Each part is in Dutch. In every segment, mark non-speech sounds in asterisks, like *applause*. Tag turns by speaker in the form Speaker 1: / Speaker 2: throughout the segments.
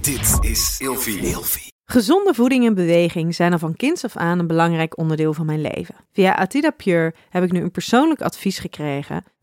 Speaker 1: Dit is Ilfie.
Speaker 2: Gezonde voeding en beweging zijn al van kinds af aan een belangrijk onderdeel van mijn leven. Via Atida Pure heb ik nu een persoonlijk advies gekregen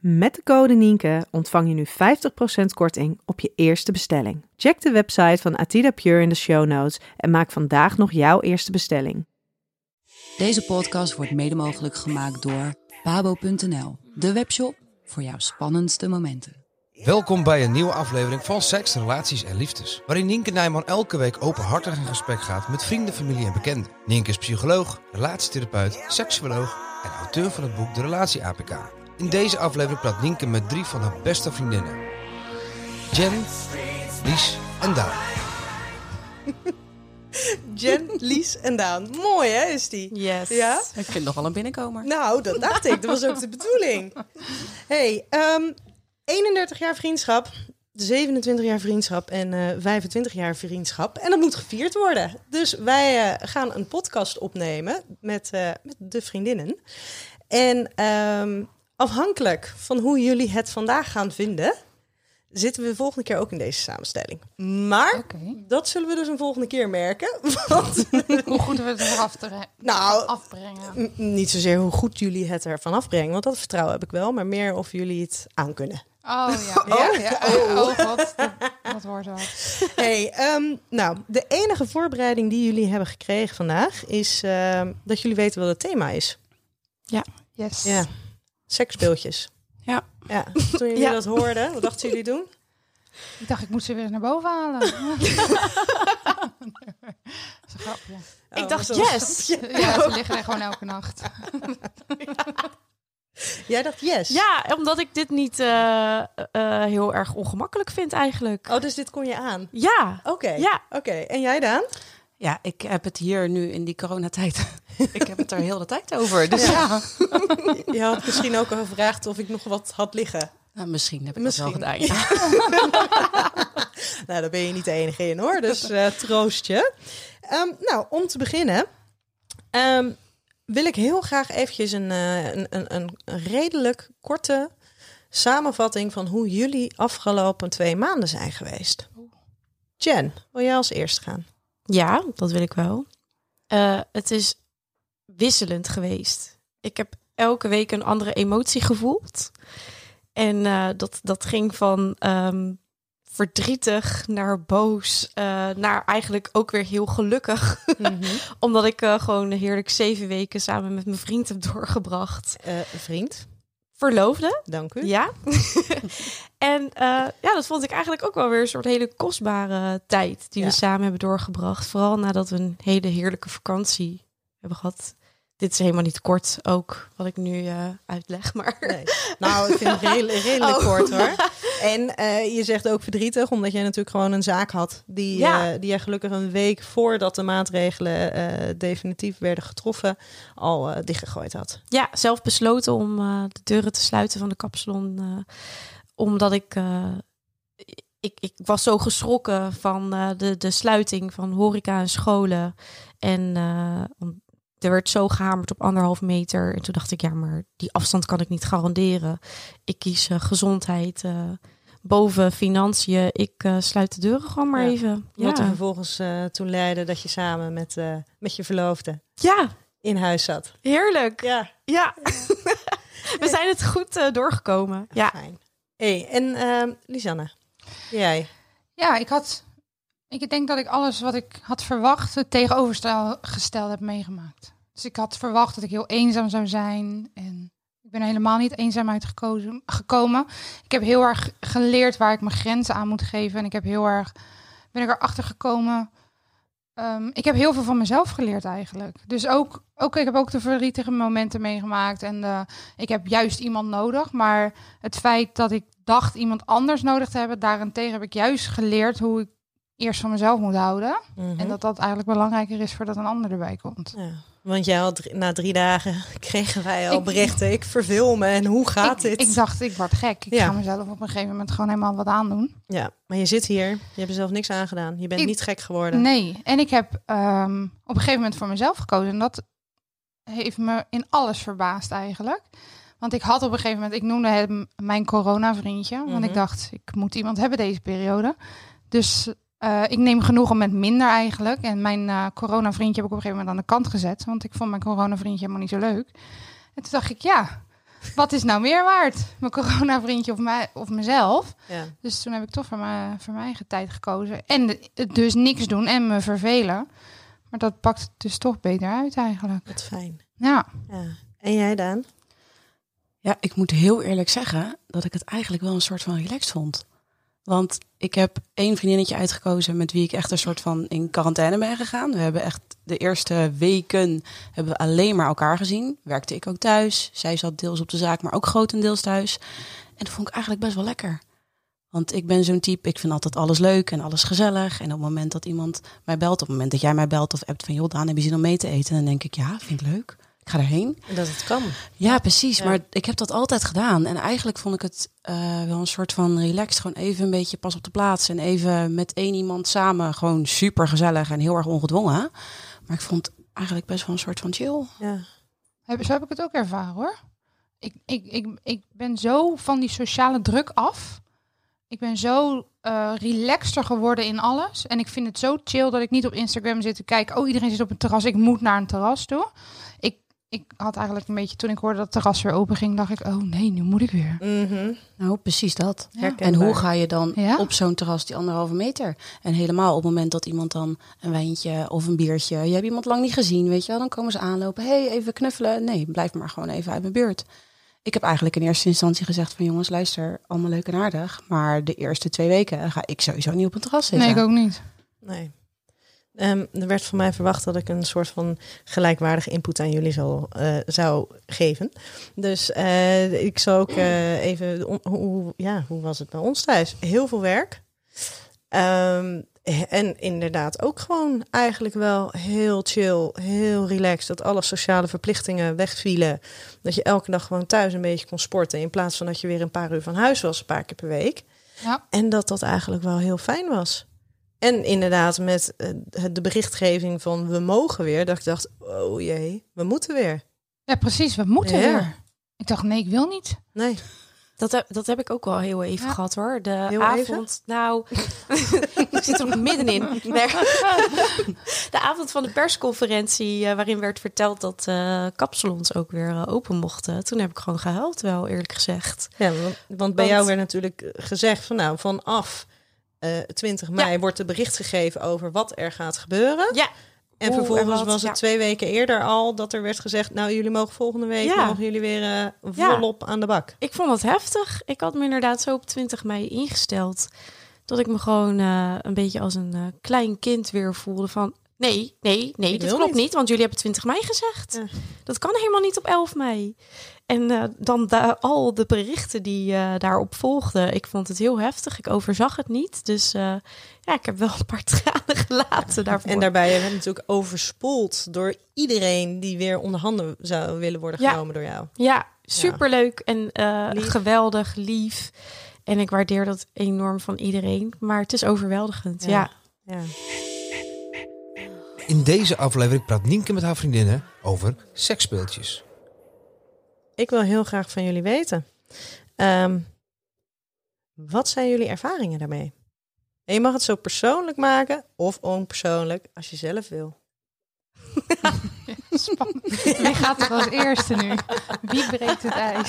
Speaker 2: Met de code Nienke ontvang je nu 50% korting op je eerste bestelling. Check de website van Atida Pure in de show notes en maak vandaag nog jouw eerste bestelling.
Speaker 3: Deze podcast wordt mede mogelijk gemaakt door pabo.nl, de webshop voor jouw spannendste momenten.
Speaker 4: Welkom bij een nieuwe aflevering van Seks, Relaties en Liefdes. Waarin Nienke Nijman elke week openhartig in gesprek gaat met vrienden, familie en bekenden. Nienke is psycholoog, relatietherapeut, seksuoloog en auteur van het boek De Relatie APK. In deze aflevering praat Nienke met drie van haar beste vriendinnen. Jen, Lies en Daan.
Speaker 5: Jen, Lies en Daan. Mooi hè, is die?
Speaker 6: Yes.
Speaker 5: Ja?
Speaker 6: Ik vind nogal een binnenkomer.
Speaker 5: Nou, dat dacht ik. Dat was ook de bedoeling. hey, ehm, 31 jaar vriendschap, 27 jaar vriendschap en eh, 25 jaar vriendschap. En dat moet gevierd worden. Dus wij eh, gaan een podcast opnemen met, eh, met de vriendinnen. En ehm, afhankelijk van hoe jullie het vandaag gaan vinden, zitten we de volgende keer ook in deze samenstelling. Maar dat zullen we dus een volgende keer merken. *laughs* Want
Speaker 7: Hoe goed we het eraf te
Speaker 5: Nou,
Speaker 7: afbrengen.
Speaker 5: M- Niet zozeer hoe goed jullie het ervan afbrengen, want dat vertrouwen heb ik wel, maar meer of jullie het
Speaker 6: *laughs*
Speaker 5: aankunnen.
Speaker 7: *laughs* Oh ja. Oh, ja. oh, oh, god, dat, dat wordt wel.
Speaker 5: Hey, ehm, nou, de enige voorbereiding die jullie hebben gekregen vandaag is ehm, dat jullie weten wat het thema is.
Speaker 7: Yes.
Speaker 5: Ja, seksspeeltjes.
Speaker 6: Ja.
Speaker 5: ja. Toen jullie
Speaker 6: *laughs* Ja.
Speaker 5: dat hoorden, wat dachten jullie
Speaker 6: *laughs*
Speaker 5: doen?
Speaker 7: Ik dacht, ik moet ze weer naar boven halen. *laughs* dat is een grapje.
Speaker 5: Oh,
Speaker 6: ik dacht,
Speaker 5: wat was-
Speaker 6: yes.
Speaker 7: *laughs* Ja, ze liggen er gewoon elke nacht.
Speaker 5: Jij dacht yes?
Speaker 6: Ja, omdat ik dit niet eh, eh, heel erg ongemakkelijk vind eigenlijk.
Speaker 5: Oh, dus dit kon je aan?
Speaker 6: Ja.
Speaker 5: Oké.
Speaker 6: Ja.
Speaker 5: Oké, en jij Daan?
Speaker 6: Ja, ik heb het hier nu in die coronatijd. *laughs* ik heb het er heel de tijd over. Dus ja.
Speaker 5: *laughs* Je had misschien ook al gevraagd of ik nog wat had liggen.
Speaker 6: Nou, misschien heb ik dat
Speaker 5: Misschien.
Speaker 6: wel gedaan. Ja.
Speaker 5: Nou, daar ben je niet de enige in hoor, dus eh, troost je. Ehm, nou, om te beginnen ehm, wil ik heel graag eventjes een, eh, een, een, een redelijk korte samenvatting van hoe jullie afgelopen twee maanden zijn geweest. Jen, wil jij als eerst gaan?
Speaker 6: Ja, dat wil ik wel. Eh, het is wisselend geweest. Ik heb elke week een andere emotie gevoeld. En eh, dat, dat ging van ehm, verdrietig naar boos, eh, naar eigenlijk ook weer heel gelukkig. *laughs* Omdat ik eh, gewoon heerlijk zeven weken samen met mijn vriend heb doorgebracht.
Speaker 5: Eh, vriend,
Speaker 6: Verloofde,
Speaker 5: dank u.
Speaker 6: ja. *laughs* en eh, ja, dat vond ik eigenlijk ook wel weer een soort hele kostbare tijd die we
Speaker 5: Ja.
Speaker 6: samen hebben doorgebracht. Vooral nadat we een hele heerlijke vakantie hebben gehad. Dit is helemaal niet kort ook, wat ik nu eh, uitleg, maar...
Speaker 5: Nee. Nou, ik vind het redel- redelijk
Speaker 6: *laughs* Oh.
Speaker 5: kort hoor. En eh, je zegt ook verdrietig, omdat jij natuurlijk gewoon een zaak had. Die,
Speaker 6: Ja.
Speaker 5: eh, die jij gelukkig een week voordat de maatregelen eh, definitief werden getroffen, al eh, dichtgegooid had.
Speaker 6: Ja, zelf besloten om eh, de deuren te sluiten van de kapsalon. eh, omdat ik, eh, ik... Ik was zo geschrokken van eh, de, de sluiting van horeca en scholen. En eh, om- er werd zo gehamerd op anderhalf meter. En toen dacht ik, ja, maar die afstand kan ik niet garanderen. Ik kies eh, gezondheid eh, boven financiën. Ik eh, sluit de deuren gewoon maar
Speaker 5: Ja.
Speaker 6: even.
Speaker 5: Wat er
Speaker 6: Ja.
Speaker 5: vervolgens eh, toen leidde dat je samen met, eh, met je verloofde
Speaker 6: ja,
Speaker 5: in huis zat.
Speaker 6: heerlijk.
Speaker 5: Ja,
Speaker 6: Ja. *laughs* We zijn het goed eh, doorgekomen. Ja.
Speaker 5: fijn. Hey, en ehm Lisanne, jij?
Speaker 7: Ja, ik had... Ik denk dat ik alles wat ik had verwacht, het tegenovergestelde heb meegemaakt. Dus ik had verwacht dat ik heel eenzaam zou zijn. En ik ben er helemaal niet eenzaam uitgekozen, gekomen. Ik heb heel erg geleerd waar ik mijn grenzen aan moet geven. En ik heb heel erg, ben ik erachter gekomen. Ehm, ik heb heel veel van mezelf geleerd eigenlijk. Dus ook, ook, ik heb ook de verdrietige momenten meegemaakt. En de, ik heb juist iemand nodig. Maar het feit dat ik dacht iemand anders nodig te hebben, daarentegen heb ik juist geleerd hoe ik eerst van mezelf moet houden. En dat dat eigenlijk belangrijker is voordat een ander erbij komt.
Speaker 5: Mhm. Ja. Want jij had drie- na drie dagen *laughs* kregen wij al
Speaker 7: Ik-
Speaker 5: berichten. Ik verveel me en hoe gaat
Speaker 7: ik,
Speaker 5: dit?
Speaker 7: ik dacht, ik word gek. Ik
Speaker 5: Ja.
Speaker 7: ga mezelf op een gegeven moment gewoon helemaal wat aandoen.
Speaker 5: Ja, maar je zit hier. Je hebt er zelf niks aangedaan. Je bent
Speaker 7: Ik-
Speaker 5: niet gek geworden.
Speaker 7: Nee, en ik heb ehm, op een gegeven moment voor mezelf gekozen. En dat heeft me in alles verbaasd eigenlijk. Want ik had op een gegeven moment, ik noemde hem mijn corona-vriendje. Want ik
Speaker 5: Mhm.
Speaker 7: dacht, ik moet iemand hebben deze periode. Dus eh, ik neem genoegen met minder eigenlijk. En mijn eh, corona-vriendje heb ik op een gegeven moment aan de kant gezet. Want ik vond mijn corona-vriendje helemaal niet zo leuk. En toen dacht ik, ja, wat is nou meer waard? Mijn corona-vriendje of, mij, of mezelf?
Speaker 5: Ja.
Speaker 7: Dus toen heb ik toch voor mijn, voor mijn eigen tijd gekozen. En de- het dus niks doen en me vervelen. Maar dat pakt het dus toch beter uit eigenlijk.
Speaker 5: Wat fijn.
Speaker 7: Ja,
Speaker 5: Ja. En jij, Daan?
Speaker 6: Ja, ik moet heel eerlijk zeggen dat ik het eigenlijk wel een soort van relaxed vond. Want ik heb één vriendinnetje uitgekozen met wie ik echt een soort van in quarantaine ben gegaan. We hebben echt de eerste weken hebben we alleen maar elkaar gezien. Werkte ik ook thuis. Zij zat deels op de zaak, maar ook grotendeels thuis. En dat vond ik eigenlijk best wel lekker. Want ik ben zo'n type, ik vind altijd alles leuk en alles gezellig. En op het moment dat iemand mij belt, op het moment dat jij mij belt of appt van... joh Daan, heb je zin om mee te eten? Dan denk ik, ja, vind ik leuk. Ik ga daarheen.
Speaker 5: En dat het kan.
Speaker 6: Ja, precies.
Speaker 5: Ja.
Speaker 6: Maar ik heb dat altijd gedaan. En eigenlijk vond ik het eh, wel een soort van relaxed. Gewoon even een beetje pas op de plaats. En even met één iemand samen. Gewoon super gezellig en heel erg ongedwongen. Maar ik vond eigenlijk best wel een soort van chill.
Speaker 5: Ja.
Speaker 7: heb, zo heb ik het ook ervaren hoor. Ik, ik, ik, ik ben zo van die sociale druk af. Ik ben zo eh relaxter geworden in alles. En ik vind het zo chill dat ik niet op Instagram zit te kijken. Oh, iedereen zit op een terras. Ik moet naar een terras toe. Ik, ik had eigenlijk een beetje, toen ik hoorde dat het terras weer open ging, dacht ik, oh nee, nu moet ik weer.
Speaker 5: Mhm.
Speaker 6: Nou, precies dat.
Speaker 7: Ja.
Speaker 6: En hoe ga je dan
Speaker 7: Ja.
Speaker 6: op zo'n terras die anderhalve meter? En helemaal op het moment dat iemand dan een wijntje of een biertje... Je hebt iemand lang niet gezien, weet je wel. Dan komen ze aanlopen. hey, even knuffelen. Nee, blijf maar gewoon even uit mijn buurt. Ik heb eigenlijk in eerste instantie gezegd van... Jongens, luister, allemaal leuk en aardig. Maar de eerste twee weken ga ik sowieso niet op een terras zitten.
Speaker 7: Nee, ik ook niet.
Speaker 5: Nee. Ehm, er werd van mij verwacht dat ik een soort van gelijkwaardige input aan jullie zou, eh, zou geven. Dus eh, ik zal ook eh, even. om- Hoe, hoe- ja, hoe was het bij ons thuis? Heel veel werk. Ehm, en inderdaad ook gewoon eigenlijk wel heel chill, heel relaxed. Dat alle sociale verplichtingen wegvielen. Dat je elke dag gewoon thuis een beetje kon sporten. In plaats van dat je weer een paar uur van huis was, een paar keer per week.
Speaker 7: Ja.
Speaker 5: En dat dat eigenlijk wel heel fijn was. En inderdaad, met eh, het- de berichtgeving van we mogen weer, dat ik dacht, oh jee, we moeten weer.
Speaker 7: Ja, precies. We moeten
Speaker 5: Ja.
Speaker 7: weer. Ik dacht, nee, ik wil niet. *laughs*
Speaker 5: Nee,
Speaker 8: Dat heb, dat heb ik ook wel heel even
Speaker 7: Ja.
Speaker 8: gehad hoor. De
Speaker 5: Heel
Speaker 8: avond.
Speaker 5: even?
Speaker 8: Nou, *laughs* ik zit er nog middenin.
Speaker 5: *laughs*
Speaker 8: Nee. de avond van de persconferentie, eh, waarin werd verteld dat eh kapsalons ook weer eh, open mochten. Toen heb ik gewoon gehuild, wel eerlijk gezegd.
Speaker 5: ja, want, want bij
Speaker 8: Want-
Speaker 5: jou werd natuurlijk eh, gezegd van nou, vanaf eh 20 mei wordt er bericht gegeven over wat er gaat gebeuren.
Speaker 8: Ja.
Speaker 5: En
Speaker 8: Hoe
Speaker 5: vervolgens
Speaker 8: en wat,
Speaker 5: was het
Speaker 8: ja.
Speaker 5: twee weken eerder al dat er werd gezegd, nou jullie mogen volgende week,
Speaker 8: Ja.
Speaker 5: mogen jullie weer eh,
Speaker 8: Ja.
Speaker 5: volop aan de bak.
Speaker 8: Ik vond dat heftig. Ik had me inderdaad zo op 20 mei ingesteld. Dat ik me gewoon eh, een beetje als een eh, klein kind weer voelde van... Nee, nee, nee,
Speaker 5: Ik
Speaker 8: dit
Speaker 5: wil
Speaker 8: klopt
Speaker 5: niet.
Speaker 8: niet. Want jullie hebben 20 mei gezegd.
Speaker 5: Ja.
Speaker 8: Dat kan helemaal niet op 11 mei. En eh, dan da- al de berichten die eh, daarop volgden. Ik vond het heel heftig. Ik overzag het niet. Dus eh, ja, ik heb wel een paar tranen *laughs* gelaten daarvoor.
Speaker 5: En daarbij werd natuurlijk overspoeld door iedereen die weer onder handen zou willen worden
Speaker 8: Ja.
Speaker 5: genomen door jou.
Speaker 8: Ja, superleuk en eh,
Speaker 5: Lief.
Speaker 8: geweldig, lief. En ik waardeer dat enorm van iedereen. Maar het is overweldigend, ja.
Speaker 5: ja.
Speaker 4: In deze aflevering praat Nienke met haar vriendinnen over seksspeeltjes.
Speaker 5: Ik wil heel graag van jullie weten. Ehm, wat zijn jullie ervaringen daarmee? En je mag het zo persoonlijk maken of onpersoonlijk als je zelf wil.
Speaker 7: Spannend. Wie gaat er als eerste nu? Wie breekt het ijs?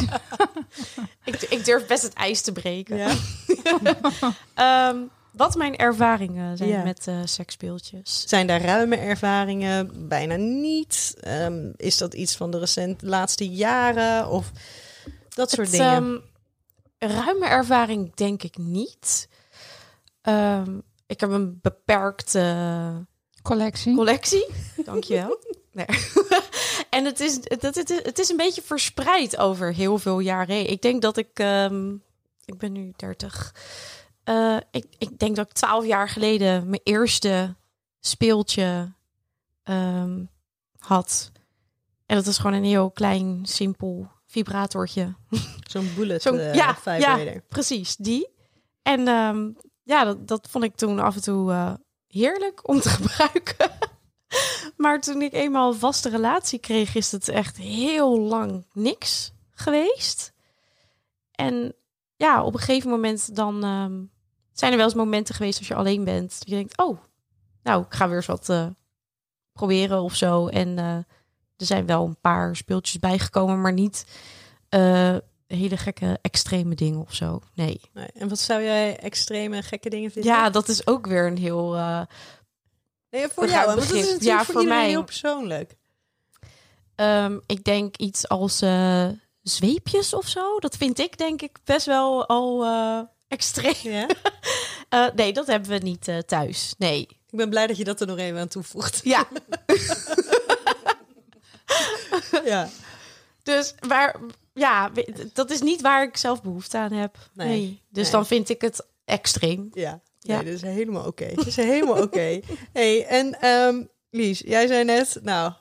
Speaker 8: Ik, ik durf best het ijs te breken.
Speaker 5: Ja.
Speaker 8: *laughs* Ehm, wat mijn ervaringen zijn
Speaker 5: Ja.
Speaker 8: met eh seksspeeltjes.
Speaker 5: *laughs* Zijn daar ruime ervaringen? Bijna niet. Ehm, is dat iets van de recent laatste jaren of dat soort
Speaker 8: Het,
Speaker 5: dingen?
Speaker 8: ehm, ruime ervaring denk ik niet. Ehm, ik heb een beperkte
Speaker 7: Collectie.
Speaker 8: collectie. Dankjewel. *laughs* Nee. en het is, het, het, het- het is een beetje verspreid over heel veel jaren. heen. Ik denk dat ik... ehm, ik ben nu 30. Eh, ik, ik denk dat ik 12 jaar geleden mijn eerste speeltje ehm, had. En dat is gewoon een heel klein, simpel vibratortje.
Speaker 5: Zo'n bullet
Speaker 8: Zo'n-
Speaker 5: eh,
Speaker 8: ja,
Speaker 5: vibrator.
Speaker 8: Precies, die. En ehm, ja, dat, dat vond ik toen af en toe eh, heerlijk om te *laughs* gebruiken. maar toen ik eenmaal een vaste relatie kreeg, is het echt heel lang niks geweest. En ja, op een gegeven moment dan ehm, zijn er wel eens momenten geweest als je alleen bent. Dat je denkt, oh, nou, ik ga weer eens wat eh, proberen of zo. En eh, er zijn wel een paar speeltjes bijgekomen, maar niet eh, hele gekke extreme dingen of zo. Nee.
Speaker 5: Nee, En wat zou jij extreme gekke dingen vinden?
Speaker 8: Ja, dat is ook weer een heel. eh,
Speaker 5: nee, voor jou.
Speaker 8: we gaan
Speaker 5: hè, Want dat is
Speaker 8: beginnen.
Speaker 5: natuurlijk
Speaker 8: Ja,
Speaker 5: voor,
Speaker 8: voor
Speaker 5: iedereen
Speaker 8: mij.
Speaker 5: heel persoonlijk.
Speaker 8: ehm, ik denk iets als eh, zweepjes of zo. Dat vind ik denk ik best wel al eh, extreem.
Speaker 5: Ja?
Speaker 8: *laughs* Eh, nee, dat hebben we niet eh, thuis. Nee.
Speaker 5: Ik ben blij dat je dat er nog even aan toevoegt.
Speaker 8: Ja,
Speaker 5: *laughs* ja.
Speaker 8: dus waar. Ja, we- dat is niet waar ik zelf behoefte aan heb.
Speaker 5: Nee.
Speaker 8: Nee. Dus
Speaker 5: Nee.
Speaker 8: dan vind ik het extreem.
Speaker 5: Ja,
Speaker 8: Ja.
Speaker 5: Nee, dat is helemaal oké. Dat is helemaal oké.
Speaker 7: *laughs*
Speaker 5: hey, en ehm, Lies, jij zei net, nou,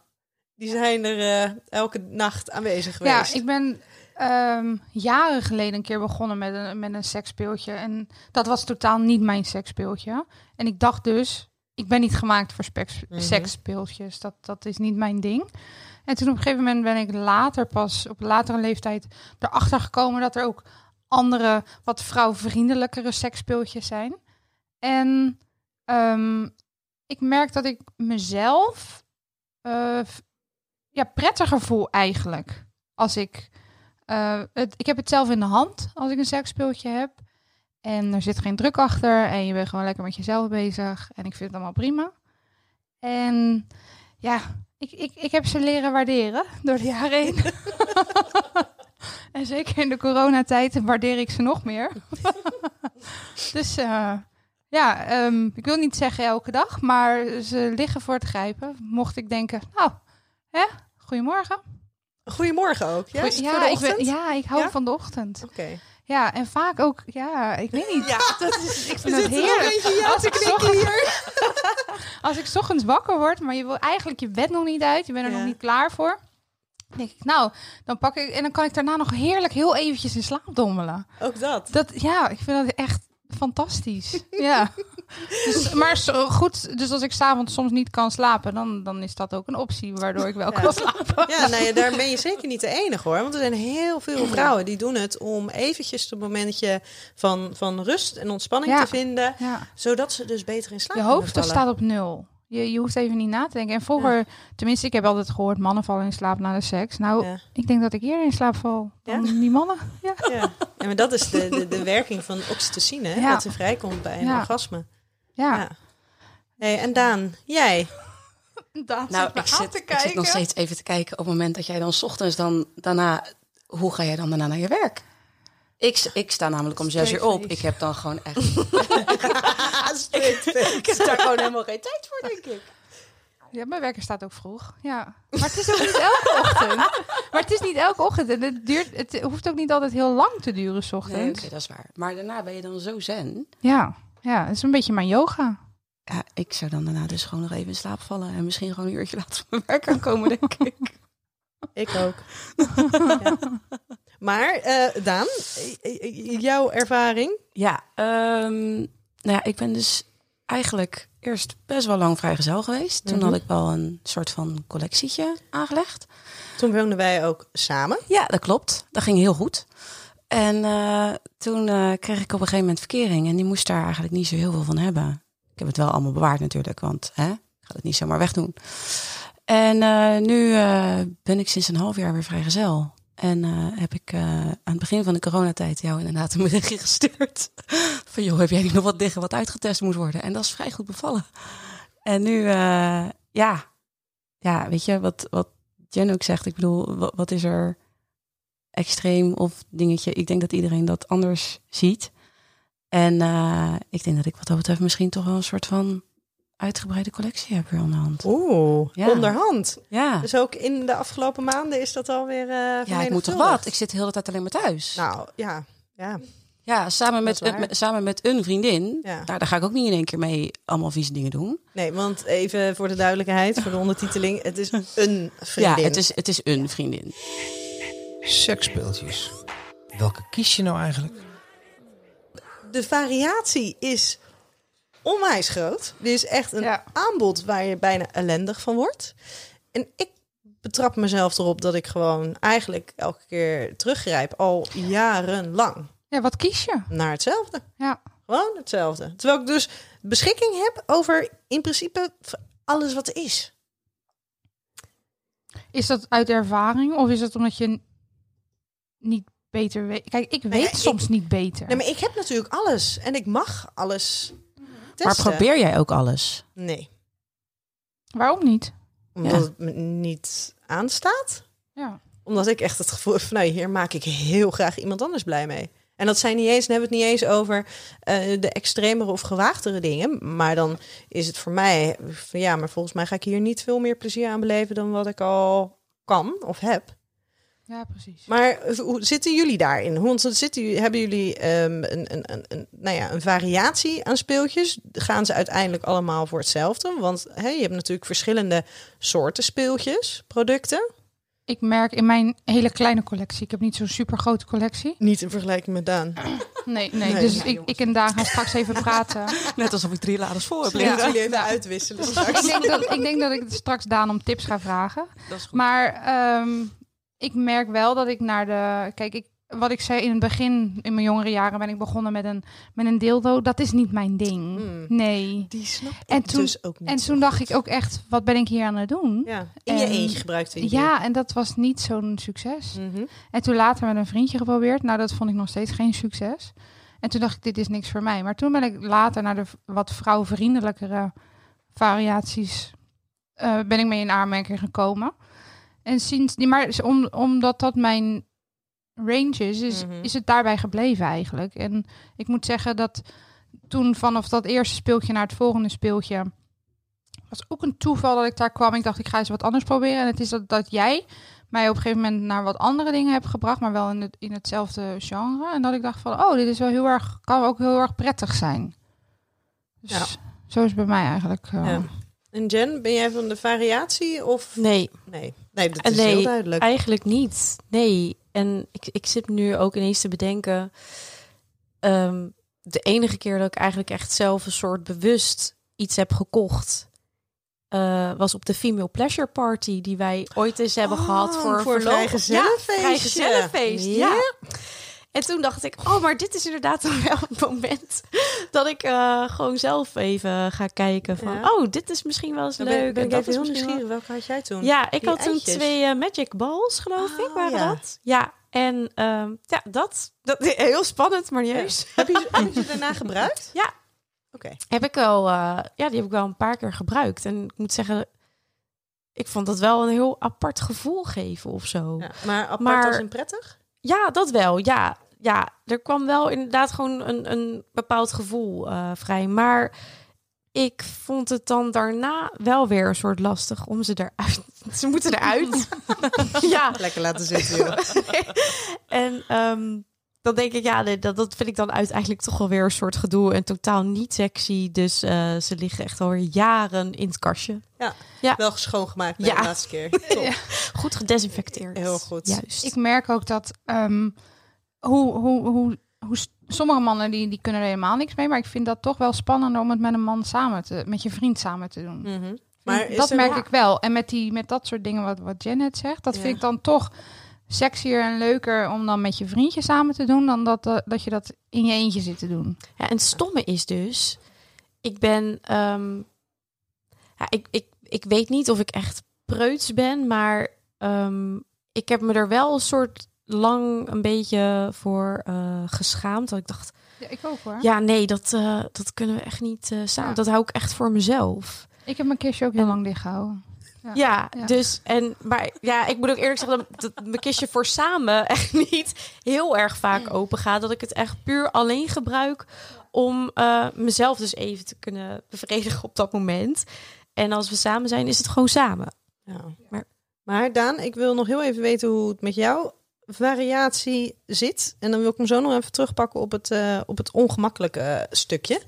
Speaker 5: die zijn er eh, elke nacht aanwezig
Speaker 7: Ja,
Speaker 5: geweest.
Speaker 7: ik ben ehm, jaren geleden een keer begonnen met een, met een seksspeeltje. En dat was totaal niet mijn seksspeeltje. En ik dacht dus, ik ben niet gemaakt voor speks,
Speaker 5: Mhm.
Speaker 7: seksspeeltjes. Dat, dat is niet mijn ding. En toen op een gegeven moment ben ik later pas, op latere leeftijd, erachter gekomen dat er ook andere, wat vrouwvriendelijkere seksspeeltjes zijn. En ehm, ik merk dat ik mezelf eh, v- ja, prettiger voel eigenlijk. Als ik, eh, het, ik heb het zelf in de hand als ik een seksspeeltje heb. En er zit geen druk achter en je bent gewoon lekker met jezelf bezig. En ik vind het allemaal prima. En ja, ik, ik, ik heb ze leren waarderen door de jaren heen.
Speaker 5: *laughs*
Speaker 7: en zeker in de coronatijd waardeer ik ze nog meer. *laughs* dus eh, ja, ehm, ik wil niet zeggen elke dag, maar ze liggen voor het grijpen. Mocht ik denken, nou, hè, goedemorgen.
Speaker 5: Goedemorgen ook. Ja, Is het voor
Speaker 7: Ja,
Speaker 5: de
Speaker 7: ik, ben-
Speaker 5: ochtend?
Speaker 7: ja, ik hou
Speaker 5: Ja?
Speaker 7: van de ochtend.
Speaker 5: Oké.
Speaker 7: Ja, en vaak ook, ja, ik weet niet.
Speaker 5: dat is. Ik
Speaker 7: vind het heerlijk. Als ik 's ochtends- *laughs* Als ik 's ochtends wakker word, maar je wil eigenlijk je bed nog niet uit, je bent er
Speaker 5: Ja.
Speaker 7: nog niet klaar voor. dan denk ik, nou, dan pak ik en dan kan ik daarna nog heerlijk heel eventjes in slaap dommelen.
Speaker 5: Ook dat.
Speaker 7: Dat, ja, ik vind dat echt
Speaker 5: *laughs*
Speaker 7: fantastisch. ja. Dus, maar zo goed, dus als ik s'avonds soms niet kan slapen, dan, dan is dat ook een optie waardoor ik wel
Speaker 5: Ja.
Speaker 7: kan slapen.
Speaker 5: Ja, nou ja, daar ben je zeker niet de enige hoor. Want er zijn heel veel vrouwen die doen het om eventjes het momentje van, van rust en ontspanning
Speaker 7: Ja.
Speaker 5: te vinden.
Speaker 7: Ja.
Speaker 5: Zodat ze dus beter in slaap
Speaker 7: Je
Speaker 5: kunnen
Speaker 7: hoofd
Speaker 5: vallen.
Speaker 7: staat op nul. Je, je hoeft even niet na te denken. En vroeger, tenminste, ik heb altijd gehoord, mannen vallen in slaap na de seks. Nou,
Speaker 5: Ja.
Speaker 7: ik denk dat ik eerder in slaap val dan die mannen. Ja.
Speaker 5: Ja. ja, maar dat is de, de, de werking van oxytocine, hè,
Speaker 7: Ja.
Speaker 5: dat er vrijkomt bij een
Speaker 7: Ja.
Speaker 5: orgasme.
Speaker 7: Ja.
Speaker 5: Ja. Hey, en Daan, jij?
Speaker 6: Nou, ik zit, ik zit nog steeds even te kijken op het moment dat jij dan 's ochtends dan daarna... Hoe ga jij dan daarna naar je werk? Ik, s- ik sta namelijk om zes uur op. Ik heb dan gewoon *laughs* echt... ik heb daar gewoon helemaal geen tijd voor, denk ik.
Speaker 7: Ja, mijn werker staat ook vroeg. Ja. Maar het is ook niet elke ochtend. Maar het is niet elke ochtend. En het, duurt, het hoeft ook niet altijd heel lang te duren, 's
Speaker 6: Nee, oké,
Speaker 7: ochtends.
Speaker 6: dat is waar. Maar daarna ben je dan zo zen.
Speaker 7: Ja. Ja, dat is een beetje mijn yoga.
Speaker 6: Ja, ik zou dan daarna dus gewoon nog even in slaap vallen. En misschien gewoon een uurtje later van mijn werk aankomen, denk ik.
Speaker 5: Ik ook. Ja. Maar eh, Daan, eh, eh, jouw ervaring?
Speaker 6: *laughs* Ja, ehm, nou ja, ik ben dus eigenlijk eerst best wel lang vrijgezel geweest. Toen
Speaker 5: Mhm.
Speaker 6: had ik wel een soort van collectietje aangelegd.
Speaker 5: Toen woonden wij ook samen.
Speaker 6: Ja, dat klopt. Dat ging heel goed. En eh, toen eh, kreeg ik op een gegeven moment verkering. En die moest daar eigenlijk niet zo heel veel van hebben. Ik heb het wel allemaal bewaard natuurlijk, want hè, ik ga het niet zomaar wegdoen. En eh, nu eh, ben ik sinds een half jaar weer vrijgezel. En eh, heb ik eh, aan het begin van de coronatijd jou inderdaad een berichtje *laughs* gestuurd. Van joh, heb jij niet nog wat liggen wat uitgetest moet worden? En dat is vrij goed bevallen. En nu, eh, ja. ja, weet je, wat, wat Jen ook zegt. Ik bedoel, wat, wat is er extreem of dingetje. Ik denk dat iedereen dat anders ziet. En eh, ik denk dat ik wat dat betreft misschien toch wel een soort van uitgebreide collectie heb weer aan de hand.
Speaker 5: Oeh,
Speaker 6: Ja.
Speaker 5: onderhand.
Speaker 6: Ja,
Speaker 5: Dus ook in de afgelopen maanden is dat alweer eh
Speaker 6: ja ik moet toch
Speaker 5: vermenigvuldigd.
Speaker 6: wat? Ik zit de hele tijd alleen maar thuis.
Speaker 5: Nou, ja. ja.
Speaker 6: Ja, samen met,
Speaker 5: Nou, Dat is waar.
Speaker 6: met- samen met een vriendin.
Speaker 5: Ja.
Speaker 6: Nou, daar ga ik ook niet in één keer mee allemaal vieze dingen doen.
Speaker 5: Nee, want even voor de duidelijkheid, voor de ondertiteling. Het is een vriendin.
Speaker 6: Ja, het is, het is een vriendin.
Speaker 4: Seksspeeltjes. Welke kies je nou eigenlijk?
Speaker 5: De variatie is onwijs groot. Er is echt een
Speaker 7: Ja.
Speaker 5: aanbod waar je bijna ellendig van wordt. En ik betrap mezelf erop dat ik gewoon eigenlijk elke keer teruggrijp. Al jarenlang
Speaker 7: Ja, wat kies je?
Speaker 5: naar hetzelfde.
Speaker 7: Ja.
Speaker 5: Gewoon hetzelfde. Terwijl ik dus beschikking heb over in principe alles wat er is.
Speaker 7: Is dat uit ervaring of is het omdat je n- niet beter weet? Kijk, ik weet
Speaker 5: Nou ja,
Speaker 7: soms niet beter.
Speaker 5: Nee, maar ik heb natuurlijk alles. En ik mag alles testen.
Speaker 6: Maar probeer jij ook alles?
Speaker 5: Nee,
Speaker 7: Waarom niet?
Speaker 5: omdat
Speaker 6: Ja.
Speaker 5: het me niet aanstaat.
Speaker 7: Ja.
Speaker 5: Omdat ik echt het gevoel heb van, nou, hier maak ik heel graag iemand anders blij mee. En dat zijn niet eens, dan hebben we het niet eens over eh, de extremere of gewaagdere dingen. Maar dan is het voor mij van, ja, maar volgens mij ga ik hier niet veel meer plezier aan beleven dan wat ik al kan of heb.
Speaker 7: Ja, precies.
Speaker 5: Maar hoe zitten jullie daarin? Hoe ont- zitten, jullie- hebben jullie ehm, een, een, een, een, nou ja, een variatie aan speeltjes? Gaan ze uiteindelijk allemaal voor hetzelfde? Want hè, je hebt natuurlijk verschillende soorten speeltjes, producten.
Speaker 7: Ik merk in mijn hele kleine collectie, ik heb niet zo'n super grote collectie.
Speaker 5: Niet in vergelijking met Daan.
Speaker 7: Nee, nee.
Speaker 5: Nee.
Speaker 7: dus
Speaker 5: Ja,
Speaker 7: ik, ik en Daan gaan straks *laughs* even praten.
Speaker 6: *laughs* Net alsof ik drie laders vol heb.
Speaker 7: Ja. liggen.
Speaker 5: jullie even uitwisselen
Speaker 6: *laughs*
Speaker 7: ik, denk dat, ik denk dat ik straks Daan om tips ga vragen.
Speaker 6: Dat is goed.
Speaker 7: Maar ehm, ik merk wel dat ik naar de. Kijk, ik, wat ik zei in het begin, in mijn jongere jaren, ben ik begonnen met een, met een dildo. Dat is niet mijn ding.
Speaker 5: Hmm.
Speaker 7: Nee.
Speaker 5: Die snap ik
Speaker 7: En toen-
Speaker 5: dus ook niet.
Speaker 7: En toen dacht ik ook echt, wat ben ik hier aan het doen?
Speaker 5: ja. In je
Speaker 7: en-
Speaker 5: eentje gebruikte je die.
Speaker 7: Ja, en dat was niet zo'n succes.
Speaker 5: Mhm.
Speaker 7: En toen later met een vriendje geprobeerd. Nou, dat vond ik nog steeds geen succes. En toen dacht ik, dit is niks voor mij. Maar toen ben ik later naar de v- wat vrouwvriendelijkere variaties eh, ben ik mee in aanmerking gekomen. En sinds, die- maar is om, omdat dat mijn range is, is,
Speaker 5: Mhm.
Speaker 7: is het daarbij gebleven eigenlijk. En ik moet zeggen dat toen vanaf dat eerste speeltje naar het volgende speeltje was ook een toeval dat ik daar kwam. Ik dacht, ik ga eens wat anders proberen. En het is dat, dat jij mij op een gegeven moment naar wat andere dingen hebt gebracht, maar wel in, het, in hetzelfde genre. En dat ik dacht van, oh, dit is wel heel erg, kan ook heel erg prettig zijn. Dus
Speaker 5: Ja.
Speaker 7: zo is het bij mij eigenlijk. eh,
Speaker 5: Ja. En Jen, ben jij van de variatie of
Speaker 8: Nee,
Speaker 5: nee? Nee, dat is
Speaker 8: Nee,
Speaker 5: heel duidelijk.
Speaker 8: Eigenlijk niet. Nee. En ik, ik zit nu ook ineens te bedenken. ehm, de enige keer dat ik eigenlijk echt zelf een soort bewust iets heb gekocht. eh, was op de Female Pleasure Party die wij ooit eens hebben
Speaker 5: Oh,
Speaker 8: gehad voor een
Speaker 5: voor een
Speaker 8: verlo-
Speaker 5: vrijgezellenfeestje.
Speaker 8: Ja, vrijgezellenfeest, ja.
Speaker 5: Ja.
Speaker 8: En toen dacht ik, oh, maar dit is inderdaad *laughs* dan wel het moment dat ik eh, gewoon zelf even ga kijken van,
Speaker 5: Ja.
Speaker 8: oh, dit is misschien wel eens
Speaker 5: Dan
Speaker 8: leuk.
Speaker 5: ben, ben
Speaker 8: en
Speaker 5: ik
Speaker 8: dat
Speaker 5: even
Speaker 8: is
Speaker 5: heel
Speaker 8: misschien wel-
Speaker 5: nieuwsgierig. Welke had jij toen?
Speaker 8: ja, ik
Speaker 5: Die
Speaker 8: had toen
Speaker 5: eitjes.
Speaker 8: twee eh, Magic Balls, geloof ik,
Speaker 5: Ah,
Speaker 8: waren
Speaker 5: ja.
Speaker 8: dat. Ja, en ehm, ja, dat, dat. *laughs* Heel spannend, maar niet eens.
Speaker 5: Heb je, heb je ze daarna gebruikt?
Speaker 8: Ja.
Speaker 5: Oké.
Speaker 8: Heb ik wel, eh, ja, die heb ik wel een paar keer gebruikt. En ik moet zeggen, ik vond dat wel een heel apart gevoel geven of zo. Ja,
Speaker 5: Ja, Maar apart
Speaker 8: Maar-
Speaker 5: als een prettig?
Speaker 8: dat wel, ja. Ja, er kwam wel inderdaad gewoon een, een bepaald gevoel eh, vrij. Maar ik vond het dan daarna wel weer een soort lastig om ze eruit... *laughs* Ze moeten *laughs* eruit. ja,
Speaker 5: Lekker laten zitten. joh.
Speaker 8: En ehm, dan denk ik, ja, nee, dat, dat vind ik dan uiteindelijk toch wel weer een soort gedoe en totaal niet sexy. Dus eh, ze liggen echt alweer jaren in het kastje.
Speaker 5: Wel schoongemaakt na
Speaker 8: Ja.
Speaker 5: de laatste keer. Top.
Speaker 8: Goed gedesinfecteerd.
Speaker 5: Heel goed.
Speaker 8: Juist.
Speaker 7: Ik merk ook dat ehm, hoe, hoe, hoe, hoe s- sommige mannen die, die kunnen er helemaal niks mee, maar ik vind dat toch wel spannender om het met een man samen te, met je vriend samen te doen.
Speaker 5: Mhm. Maar is
Speaker 7: dat
Speaker 5: er-
Speaker 7: merk
Speaker 5: Ja.
Speaker 7: ik wel. En met, die, met dat soort dingen wat, wat Janet zegt, dat
Speaker 5: Ja.
Speaker 7: vind ik dan toch sexier en leuker om dan met je vriendje samen te doen dan dat, eh, dat je dat in je eentje zit te doen.
Speaker 8: Ja, en het stomme is dus, ik ben, ehm, ja, ik, ik, ik weet niet of ik echt preuts ben, maar ehm, ik heb me er wel een soort lang een beetje voor eh, geschaamd. Dat ik dacht,
Speaker 7: Ja, ik ook hoor.
Speaker 8: Ja, nee, dat, eh, dat kunnen we echt niet eh, samen.
Speaker 7: Ja.
Speaker 8: Dat hou ik echt voor mezelf.
Speaker 7: Ik heb mijn kistje ook heel lang dichtgehouden.
Speaker 8: Ja,
Speaker 7: ja.
Speaker 8: dus en maar ja, ik moet ook eerlijk zeggen dat, dat mijn kistje voor samen *laughs* echt niet heel erg
Speaker 6: Mm.
Speaker 8: vaak open gaat. Dat ik het echt puur alleen gebruik om eh, mezelf dus even te kunnen bevredigen op dat moment. En als we samen zijn, is het gewoon samen.
Speaker 5: Ja.
Speaker 8: Maar-
Speaker 5: Maar Daan, ik wil nog heel even weten hoe het met jou variatie zit. En dan wil ik hem zo nog even terugpakken op het, eh, op het ongemakkelijke eh, stukje.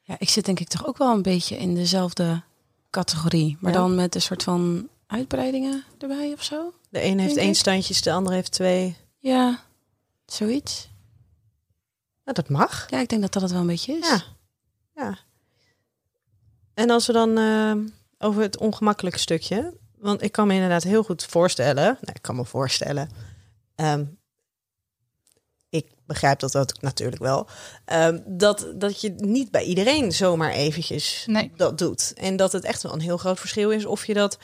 Speaker 6: Ja, ik zit denk ik toch ook wel een beetje in dezelfde categorie. Maar
Speaker 5: Ja.
Speaker 6: dan met een soort van uitbreidingen erbij of zo.
Speaker 5: De een heeft
Speaker 6: Denk
Speaker 5: één
Speaker 6: ik.
Speaker 5: standje, de andere heeft twee.
Speaker 6: Ja, zoiets.
Speaker 5: Nou, dat mag.
Speaker 6: Ja, ik denk dat dat het wel een beetje is.
Speaker 5: Ja. ja. En als we dan eh, over het ongemakkelijke stukje. Want ik kan me inderdaad heel goed voorstellen. Nou, ik kan me voorstellen. ehm, ik begrijp dat ook natuurlijk wel. ehm, dat, dat je niet bij iedereen zomaar eventjes
Speaker 7: Nee.
Speaker 5: dat doet. En dat het echt wel een heel groot verschil is of je dat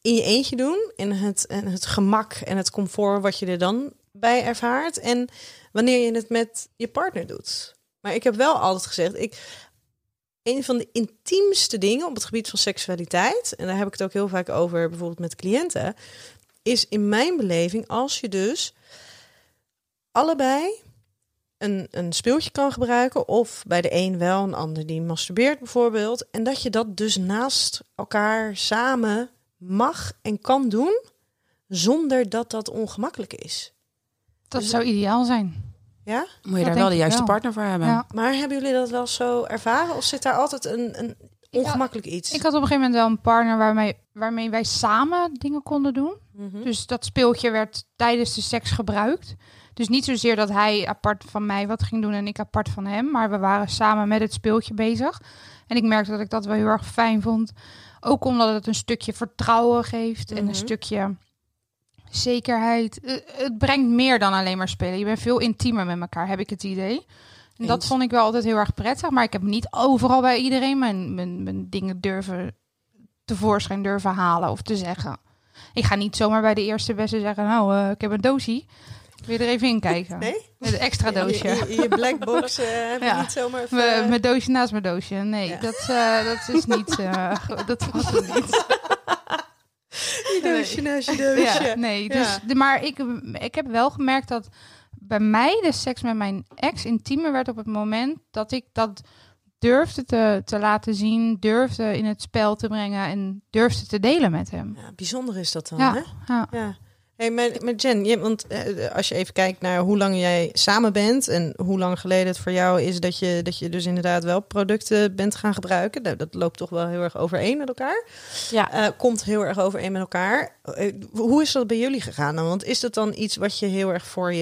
Speaker 5: in je eentje doen. En het, en het gemak en het comfort wat je er dan bij ervaart. En wanneer je het met je partner doet. Maar ik heb wel altijd gezegd, ik, een van de intiemste dingen op het gebied van seksualiteit, en daar heb ik het ook heel vaak over, bijvoorbeeld met cliënten, is in mijn beleving als je dus allebei een, een speeltje kan gebruiken, of bij de een wel, een ander die masturbeert bijvoorbeeld, en dat je dat dus naast elkaar samen mag en kan doen, zonder dat dat ongemakkelijk is.
Speaker 7: Dat zou ideaal zijn.
Speaker 5: Ja?
Speaker 6: Moet
Speaker 7: Dat
Speaker 6: je daar wel
Speaker 7: denk
Speaker 6: de
Speaker 7: ik
Speaker 6: juiste
Speaker 7: wel.
Speaker 6: partner voor hebben.
Speaker 7: Ja.
Speaker 5: Maar hebben jullie dat wel zo ervaren, of zit daar altijd een, een ongemakkelijk iets?
Speaker 7: Ik had op een gegeven moment wel een partner waarmee, waarmee wij samen dingen konden doen.
Speaker 5: Mhm.
Speaker 7: Dus dat speeltje werd tijdens de seks gebruikt. Dus niet zozeer dat hij apart van mij wat ging doen en ik apart van hem. Maar we waren samen met het speeltje bezig. En ik merkte dat ik dat wel heel erg fijn vond. Ook omdat het een stukje vertrouwen geeft en
Speaker 5: Mhm.
Speaker 7: een stukje zekerheid. Eh, het brengt meer dan alleen maar spelen. Je bent veel intiemer met elkaar, heb ik het idee. En dat
Speaker 5: Eens.
Speaker 7: vond ik wel altijd heel erg prettig. Maar ik heb niet overal bij iedereen mijn, mijn, mijn dingen durven tevoorschijn durven halen of te zeggen. Ik ga niet zomaar bij de eerste beste zeggen, nou, eh, ik heb een doosje. Wil je er even in
Speaker 5: *laughs*
Speaker 7: kijken?
Speaker 5: Nee?
Speaker 7: Met een extra doosje.
Speaker 5: Je, je, je black box eh,
Speaker 7: *laughs*
Speaker 5: heb je
Speaker 7: Ja.
Speaker 5: niet zomaar... even-
Speaker 7: *laughs* Mijn- Mijn doosje naast mijn doosje. Nee,
Speaker 5: Eh. Ja.
Speaker 7: dat, eh, dat is
Speaker 5: *laughs*
Speaker 7: niet. eh, dat was het niet.
Speaker 5: Je doosje naast je doosje.
Speaker 7: Ja, nee, dus,
Speaker 5: Ja.
Speaker 7: de- maar ik, ik heb wel gemerkt dat bij mij de seks met mijn ex intiemer werd op het moment dat ik dat durfde te, te laten zien, durfde in het spel te brengen en durfde te delen met hem.
Speaker 5: Ja, bijzonder is dat dan,
Speaker 7: Ja.
Speaker 5: hè?
Speaker 7: Ja.
Speaker 5: Ja. Hey, maar, maar Jen, je, want eh, als je even kijkt naar hoe lang jij samen bent en hoe lang geleden het voor jou is dat je, dat je dus inderdaad wel producten bent gaan gebruiken. Nou, dat loopt toch wel heel erg overeen met elkaar.
Speaker 6: Ja.
Speaker 5: Eh, komt heel erg overeen met elkaar. Eh, hoe is dat bij jullie gegaan dan? Want is dat dan iets wat je heel erg voor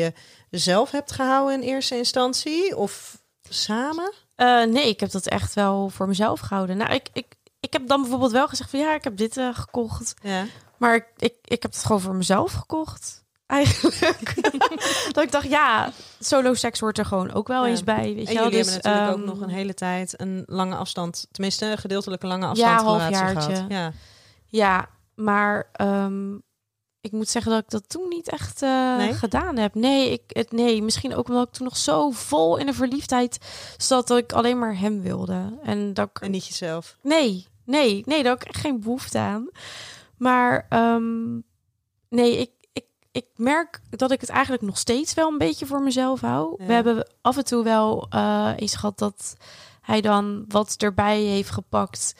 Speaker 5: jezelf hebt gehouden in eerste instantie? Of samen?
Speaker 8: *laughs* Eh, nee, ik heb dat echt wel voor mezelf gehouden. Nou, ik, ik, ik heb dan bijvoorbeeld wel gezegd van ja, ik heb dit eh, gekocht.
Speaker 5: Ja.
Speaker 8: Maar ik, ik, ik heb het gewoon voor mezelf gekocht. *laughs*
Speaker 5: *laughs*
Speaker 8: Eigenlijk. dat ik dacht, ja, solo seks hoort er gewoon ook wel
Speaker 5: Ja.
Speaker 8: eens bij. Weet
Speaker 5: En
Speaker 8: je wel?
Speaker 5: jullie
Speaker 8: Dus,
Speaker 5: hebben natuurlijk
Speaker 8: ehm,
Speaker 5: ook nog een hele tijd een lange afstand, tenminste een gedeeltelijke lange
Speaker 8: Ja,
Speaker 5: afstand
Speaker 8: halfjaartje.
Speaker 5: gehad. Ja,
Speaker 8: Ja, maar ehm, ik moet zeggen dat ik dat toen niet echt eh,
Speaker 5: Nee?
Speaker 8: gedaan heb. Nee, ik, het, nee, misschien ook omdat ik toen nog zo vol in de verliefdheid zat dat ik alleen maar hem wilde. En dat ik
Speaker 5: en niet jezelf.
Speaker 8: Nee, nee, nee, daar had ik echt geen behoefte aan. Maar ehm, nee, ik, ik, ik merk dat ik het eigenlijk nog steeds wel een beetje voor mezelf hou.
Speaker 5: Ja.
Speaker 8: We hebben af en toe wel eh, eens gehad dat hij dan wat erbij heeft gepakt.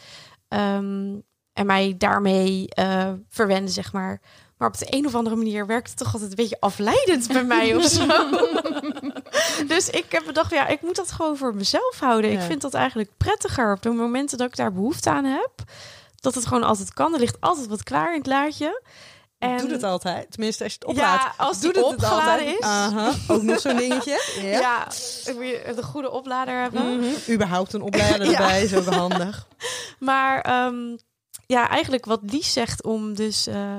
Speaker 8: ehm, en mij daarmee eh verwende, zeg maar. Maar op de een of andere manier werkt het toch altijd een beetje afleidend bij mij of
Speaker 5: *laughs*
Speaker 8: zo. dus ik heb bedacht, ja, ik moet dat gewoon voor mezelf houden. Ik
Speaker 5: Ja.
Speaker 8: vind dat eigenlijk prettiger op de momenten dat ik daar behoefte aan heb. Dat het gewoon altijd kan. Er ligt altijd wat klaar in het laadje.
Speaker 5: Ik Doe het altijd. Tenminste, als je het oplaadt.
Speaker 8: Ja, als
Speaker 5: Doe
Speaker 8: die
Speaker 5: het het
Speaker 8: opgeladen
Speaker 5: altijd.
Speaker 8: is.
Speaker 5: Aha, Ook nog zo'n *laughs* dingetje. Ja.
Speaker 8: Ja, ik moet je- de goede oplader hebben.
Speaker 5: Mhm. Überhaupt een *laughs* oplader
Speaker 8: Ja.
Speaker 5: erbij is ook handig.
Speaker 8: Maar ehm, ja, eigenlijk wat Lies zegt om dus eh,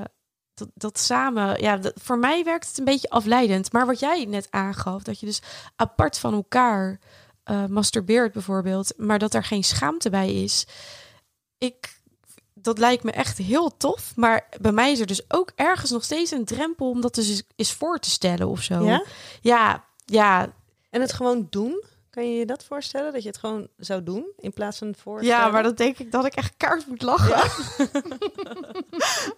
Speaker 8: dat, dat samen... Ja, dat- voor mij werkt het een beetje afleidend. Maar wat jij net aangaf, dat je dus apart van elkaar eh, masturbeert bijvoorbeeld... maar dat er geen schaamte bij is. Ik, dat lijkt me echt heel tof. Maar bij mij is er dus ook ergens nog steeds een drempel... om dat dus eens- eens voor te stellen of zo.
Speaker 5: Ja?
Speaker 8: Ja, ja,
Speaker 5: En het gewoon doen. Kan je je dat voorstellen? Dat je het gewoon zou doen in plaats van voorstellen?
Speaker 8: Ja, maar dan denk ik dat ik echt kaart moet lachen. *laughs*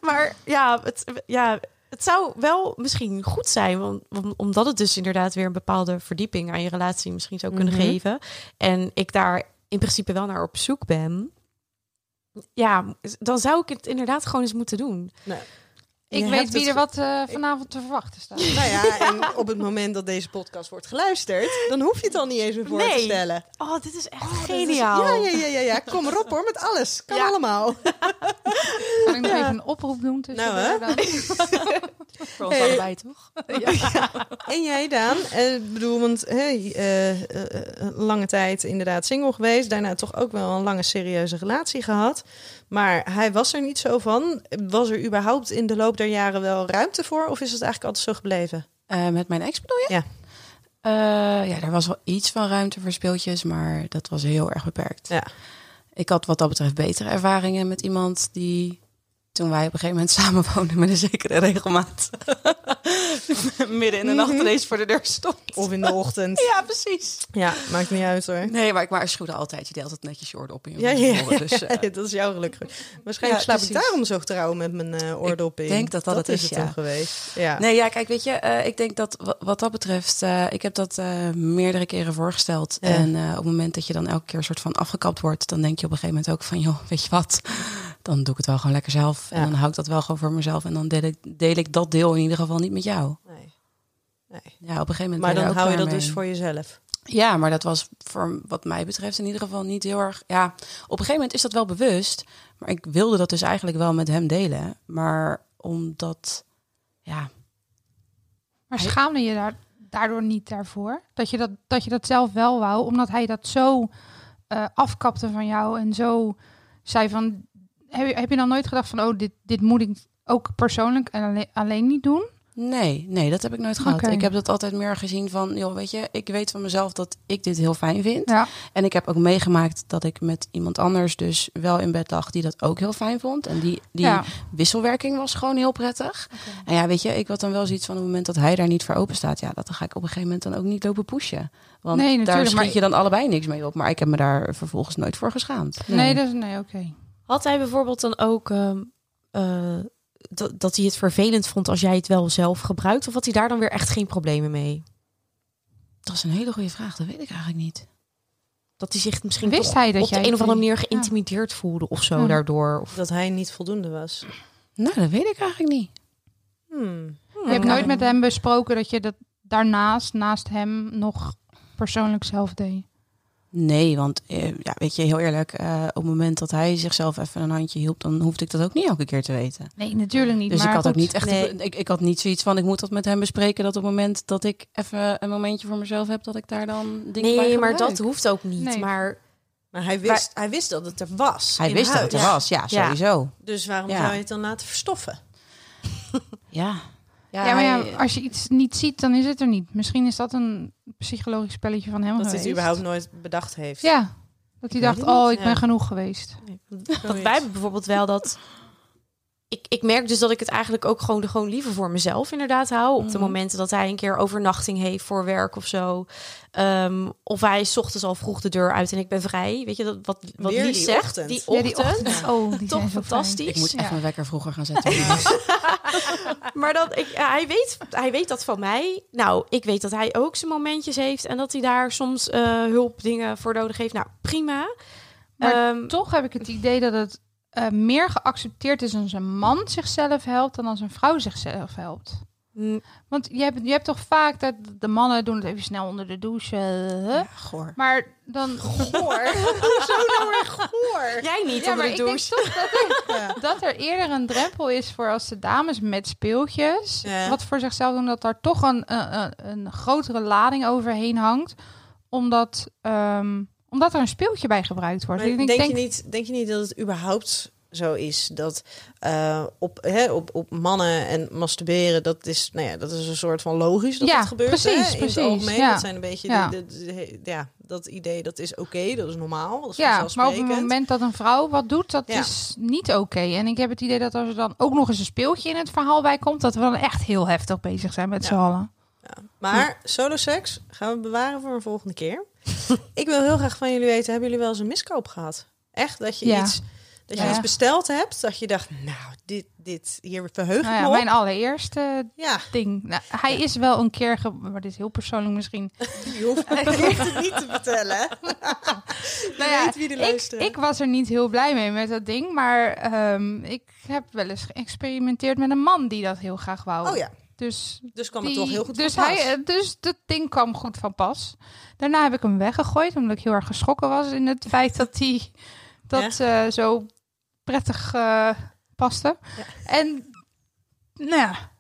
Speaker 8: maar ja het, ja, het zou wel misschien goed zijn, want, om- omdat het dus inderdaad weer een bepaalde verdieping aan je relatie misschien zou kunnen
Speaker 5: Mhm.
Speaker 8: geven. En ik daar in principe wel naar op zoek ben. Ja, dan zou ik het inderdaad gewoon eens moeten doen.
Speaker 7: Ik
Speaker 5: Je
Speaker 7: weet
Speaker 5: hebt
Speaker 7: wie
Speaker 5: het
Speaker 7: er
Speaker 5: ge-
Speaker 7: wat eh, vanavond te verwachten staat.
Speaker 5: *laughs* Nou ja, en op het moment dat deze podcast wordt geluisterd, dan hoef je het al niet eens meer voor
Speaker 8: Nee.
Speaker 5: te stellen.
Speaker 8: Oh, dit is echt
Speaker 5: Dat is-
Speaker 8: geniaal.
Speaker 5: ja, ja, ja, ja, ja. Kom erop hoor, met alles. Kan
Speaker 8: Ja.
Speaker 5: *laughs* allemaal.
Speaker 7: Kan ik nog even een oproep doen? Tussen
Speaker 5: Nou, hè?
Speaker 7: de-
Speaker 8: Voor
Speaker 5: Hey.
Speaker 8: *laughs* toch?
Speaker 5: En jij, Daan? Eh, Ik bedoel, want hey, eh, eh, eh, lange tijd inderdaad single geweest. Daarna toch ook wel een lange serieuze relatie gehad. Maar hij was er niet zo van. Was er überhaupt in de loop der jaren wel ruimte voor? Of is het eigenlijk altijd zo gebleven?
Speaker 6: Eh, met mijn ex bedoel je?
Speaker 5: Ja.
Speaker 6: Eh, ja, er was wel iets van ruimte voor speeltjes, maar dat was heel erg beperkt.
Speaker 5: Ja.
Speaker 6: Ik had wat dat betreft betere ervaringen met iemand die, toen wij op een gegeven moment *laughs* samen woonden met een zekere regelmaat, midden in de
Speaker 8: Mhm.
Speaker 6: nacht ineens voor de deur stond.
Speaker 5: Mhm. Of in de ochtend?
Speaker 6: Ja, precies.
Speaker 5: Ja, maakt niet uit hoor.
Speaker 6: Nee, maar ik waarschuwde altijd, je deelt het netjes je oordop in.
Speaker 5: Ja, ja, ja,
Speaker 6: Dus, eh,
Speaker 5: ja, *laughs* dat is jouw gelukkig. Waarschijnlijk
Speaker 6: Ja,
Speaker 5: slaap ik
Speaker 6: precies.
Speaker 5: daarom zo trouw met mijn eh oordop in.
Speaker 6: Ik denk dat dat het
Speaker 5: is,
Speaker 6: is,
Speaker 5: het
Speaker 6: ja.
Speaker 5: dan geweest. Ja.
Speaker 6: *laughs* Nee, ja, kijk, weet je, eh, ik denk dat wa- wat dat betreft, eh, ik heb dat eh, meerdere keren voorgesteld.
Speaker 5: Ja.
Speaker 6: En eh, op het moment dat je dan elke keer een soort van afgekapt wordt, dan denk je op een gegeven moment ook van, joh, weet je wat, dan doe ik het wel gewoon lekker zelf.
Speaker 5: Ja.
Speaker 6: En dan hou ik dat wel gewoon voor mezelf. En dan deel ik, deel ik dat deel in ieder geval niet met jou.
Speaker 5: Nee. Nee.
Speaker 6: Ja, op een gegeven moment.
Speaker 5: Maar dan
Speaker 6: ben er ook
Speaker 5: hou je
Speaker 6: klaar
Speaker 5: dat dus
Speaker 6: mee.
Speaker 5: voor jezelf.
Speaker 6: Ja, maar dat was voor wat mij betreft in ieder geval niet heel erg. Ja, op een gegeven moment is dat wel bewust. Maar ik wilde dat dus eigenlijk wel met hem delen. Maar omdat, ja,
Speaker 7: Maar schaamde je daar, daardoor niet daarvoor? Dat je dat, dat je dat zelf wel wou, omdat hij dat zo eh, afkapte van jou en zo zei van... Heb je, heb je dan nooit gedacht van, oh, dit, dit moet ik ook persoonlijk en alleen, alleen niet doen?
Speaker 6: Nee, nee, dat heb ik nooit gehad.
Speaker 7: Oké.
Speaker 6: Ik heb dat altijd meer gezien van, joh, weet je, ik weet van mezelf dat ik dit heel fijn vind.
Speaker 7: Ja.
Speaker 6: En ik heb ook meegemaakt dat ik met iemand anders dus wel in bed lag die dat ook heel fijn vond. En die, die
Speaker 7: ja.
Speaker 6: wisselwerking was gewoon heel prettig. En ja, weet je, ik had dan wel zoiets van op het moment dat hij daar niet voor open staat, ja, dat dan ga ik op een gegeven moment dan ook niet lopen pushen. Want
Speaker 7: Nee, natuurlijk,
Speaker 6: daar
Speaker 7: maar-
Speaker 6: schiet je dan allebei niks mee op. Maar ik heb me daar vervolgens nooit voor geschaamd.
Speaker 7: Nee, dat is... Nee, oké.
Speaker 8: Had hij bijvoorbeeld dan ook ehm, eh, dat- dat hij het vervelend vond als jij het wel zelf gebruikt? Of had hij daar dan weer echt geen problemen mee?
Speaker 6: Dat is een hele goede vraag, dat weet ik eigenlijk niet.
Speaker 8: Dat hij zich misschien
Speaker 7: Wist
Speaker 8: toch
Speaker 7: hij dat
Speaker 8: op de
Speaker 7: jij
Speaker 8: een of andere
Speaker 7: die-
Speaker 8: manier geïntimideerd voelde of zo
Speaker 7: Ja.
Speaker 8: daardoor? Of...
Speaker 5: Dat hij niet voldoende was.
Speaker 6: Nou, dat weet ik eigenlijk niet.
Speaker 5: Hmm.
Speaker 7: Je hebt nooit met hem besproken dat je dat daarnaast, naast hem, nog persoonlijk zelf deed.
Speaker 6: Nee, want eh, ja, weet je, heel eerlijk, eh, op het moment dat hij zichzelf even een handje hielp, dan hoefde ik dat ook niet elke keer te weten.
Speaker 7: Nee, natuurlijk niet.
Speaker 6: Dus
Speaker 7: maar
Speaker 6: ik had ook
Speaker 7: goed.
Speaker 6: niet echt,
Speaker 8: Nee.
Speaker 6: ik, ik had niet zoiets van, ik moet dat met hem bespreken, dat op het moment dat ik even een momentje voor mezelf heb, dat ik daar dan dingen bij
Speaker 8: Nee, maar
Speaker 6: gebruik.
Speaker 8: dat hoeft ook niet.
Speaker 7: Nee.
Speaker 8: Maar
Speaker 5: Maar hij wist, hij wist dat het er was.
Speaker 6: Hij
Speaker 5: in
Speaker 6: wist dat
Speaker 5: huis.
Speaker 6: het er was, ja,
Speaker 8: Ja.
Speaker 6: sowieso.
Speaker 5: Dus waarom
Speaker 6: Ja. Oh,
Speaker 5: zou je het dan laten verstoffen?
Speaker 6: Ja.
Speaker 7: Ja, maar
Speaker 6: hij-
Speaker 7: ja, als je iets niet ziet, dan is het er niet. Misschien is dat een psychologisch spelletje van hem
Speaker 5: Dat hij
Speaker 7: geweest.
Speaker 5: het überhaupt nooit bedacht heeft.
Speaker 7: Ja, dat hij dacht,
Speaker 5: weet het
Speaker 7: oh,
Speaker 5: niet.
Speaker 7: ik
Speaker 5: Ja.
Speaker 7: ben genoeg geweest.
Speaker 8: *laughs* want wij hebben bijvoorbeeld wel dat... Ik, ik merk dus dat ik het eigenlijk ook gewoon, gewoon liever voor mezelf inderdaad hou. Op de
Speaker 6: Mhm.
Speaker 8: momenten dat hij een keer overnachting heeft voor werk of zo. Ehm, of hij is 's ochtends al vroeg de deur uit en ik ben vrij. Weet je, dat, wat, wat
Speaker 5: Weer
Speaker 8: Lies
Speaker 5: die
Speaker 8: zegt.
Speaker 5: ochtend.
Speaker 8: Die
Speaker 7: Ja,
Speaker 8: ochtend.
Speaker 7: die ochtend. Oh, die
Speaker 8: Toch
Speaker 7: zijn zo
Speaker 8: fantastisch.
Speaker 7: fijn.
Speaker 6: ik moet
Speaker 7: Ja.
Speaker 6: echt mijn wekker vroeger
Speaker 7: *laughs*
Speaker 6: gaan zetten. Ja.
Speaker 8: *laughs* Maar dat ik, hij, weet, hij weet dat van mij. Nou, ik weet dat hij ook zijn momentjes heeft. En dat hij daar soms eh, hulp dingen voor nodig heeft. Nou, prima.
Speaker 7: Maar
Speaker 8: Ehm,
Speaker 7: toch heb ik het idee dat het eh, meer geaccepteerd is als een man zichzelf helpt dan als een vrouw zichzelf helpt.
Speaker 8: mm,
Speaker 7: Want je hebt, je hebt toch vaak dat de mannen doen het even snel onder de douche. eh,
Speaker 5: goor.
Speaker 7: Maar dan...
Speaker 5: Goor?
Speaker 7: *laughs*
Speaker 5: Hoezo nou weer goor?
Speaker 8: jij niet
Speaker 7: Ja,
Speaker 8: onder
Speaker 7: maar
Speaker 8: de
Speaker 7: ik denk
Speaker 8: douche. *laughs*
Speaker 7: toch dat er,
Speaker 5: *laughs* Ja.
Speaker 7: dat er eerder een drempel is voor als de dames met speeltjes
Speaker 5: Ja.
Speaker 7: wat voor zichzelf doen, dat daar toch een, een, een- een grotere lading overheen hangt. Omdat, ehm, omdat er een speeltje bij gebruikt wordt.
Speaker 5: Maar
Speaker 7: En ik
Speaker 5: denk, je niet, denk je niet dat het überhaupt zo is dat eh, op, hè, op, op mannen en masturberen, dat is, nou ja, dat is een soort van logisch dat
Speaker 7: Ja,
Speaker 5: dat gebeurt.
Speaker 7: precies,
Speaker 5: hè, in
Speaker 7: precies,
Speaker 5: Het algemeen,
Speaker 7: ja.
Speaker 5: Dat zijn een beetje
Speaker 7: Ja.
Speaker 5: die- de- de- ja, dat idee, dat is oké, dat is normaal. Dat is
Speaker 7: ja, maar op het
Speaker 5: vanzelfsprekend.
Speaker 7: moment dat een vrouw wat doet, dat
Speaker 5: Ja.
Speaker 7: is niet oké. En ik heb het idee dat als er dan ook nog eens een speeltje in het verhaal bij komt, dat we dan echt heel heftig bezig zijn met
Speaker 5: Ja.
Speaker 7: z'n allen.
Speaker 5: Ja. Maar solo seks gaan we bewaren voor een volgende *laughs* keer. ik wil heel graag van jullie weten, hebben jullie wel eens een miskoop gehad? Echt dat je
Speaker 7: Ja.
Speaker 5: iets Dat
Speaker 7: Ja.
Speaker 5: je iets besteld hebt, dat je dacht, nou, dit, dit, hier verheug ik
Speaker 7: Nou ja,
Speaker 5: me op.
Speaker 7: mijn allereerste
Speaker 5: Ja,
Speaker 7: ding. Nou, hij is wel een keer, ge- maar dit is heel persoonlijk
Speaker 5: *laughs*
Speaker 7: misschien.
Speaker 5: je hoeft je hoeft het niet te vertellen. hè. Je
Speaker 7: Nou ja,
Speaker 5: Nou weet wie er
Speaker 7: ik,
Speaker 5: luistert.
Speaker 7: ik was er niet heel blij mee met dat ding, maar ehm, ik heb wel eens geëxperimenteerd met een man die dat heel graag wou.
Speaker 5: oh ja,
Speaker 7: Dus,
Speaker 5: dus kwam het
Speaker 7: die-
Speaker 5: toch heel goed
Speaker 7: dus,
Speaker 5: van pas.
Speaker 7: hij, eh, dus dat ding kwam goed van pas. Daarna heb ik hem weggegooid, omdat ik heel erg geschrokken was in het feit dat hij dat eh, zo prettig eh, paste. En nou ja,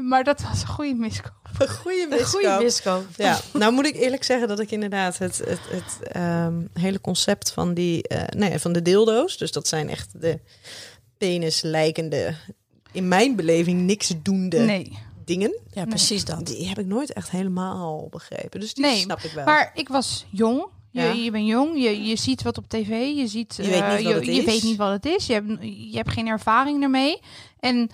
Speaker 7: maar dat was een goede miskoop.
Speaker 5: Een *laughs* goede
Speaker 8: Een goede
Speaker 5: miskoop.
Speaker 8: miskoop.
Speaker 5: Ja, nou moet ik eerlijk zeggen dat ik inderdaad het, het, het ehm, hele concept van, die, eh, nee, van de dildo's, dus dat zijn echt de penis lijkende, in mijn beleving niks doende
Speaker 7: Nee.
Speaker 5: dingen,
Speaker 6: Ja, precies dat.
Speaker 5: die heb ik nooit echt helemaal begrepen. Dus die
Speaker 7: Nee,
Speaker 5: snap ik wel.
Speaker 7: Maar ik was jong. Je,
Speaker 5: Ja.
Speaker 7: je bent jong, je, je ziet wat op tv, je, ziet,
Speaker 5: Je weet
Speaker 7: eh,
Speaker 5: niet wat het
Speaker 7: je, je
Speaker 5: is.
Speaker 7: weet niet wat het is, je hebt, je hebt geen ervaring ermee. En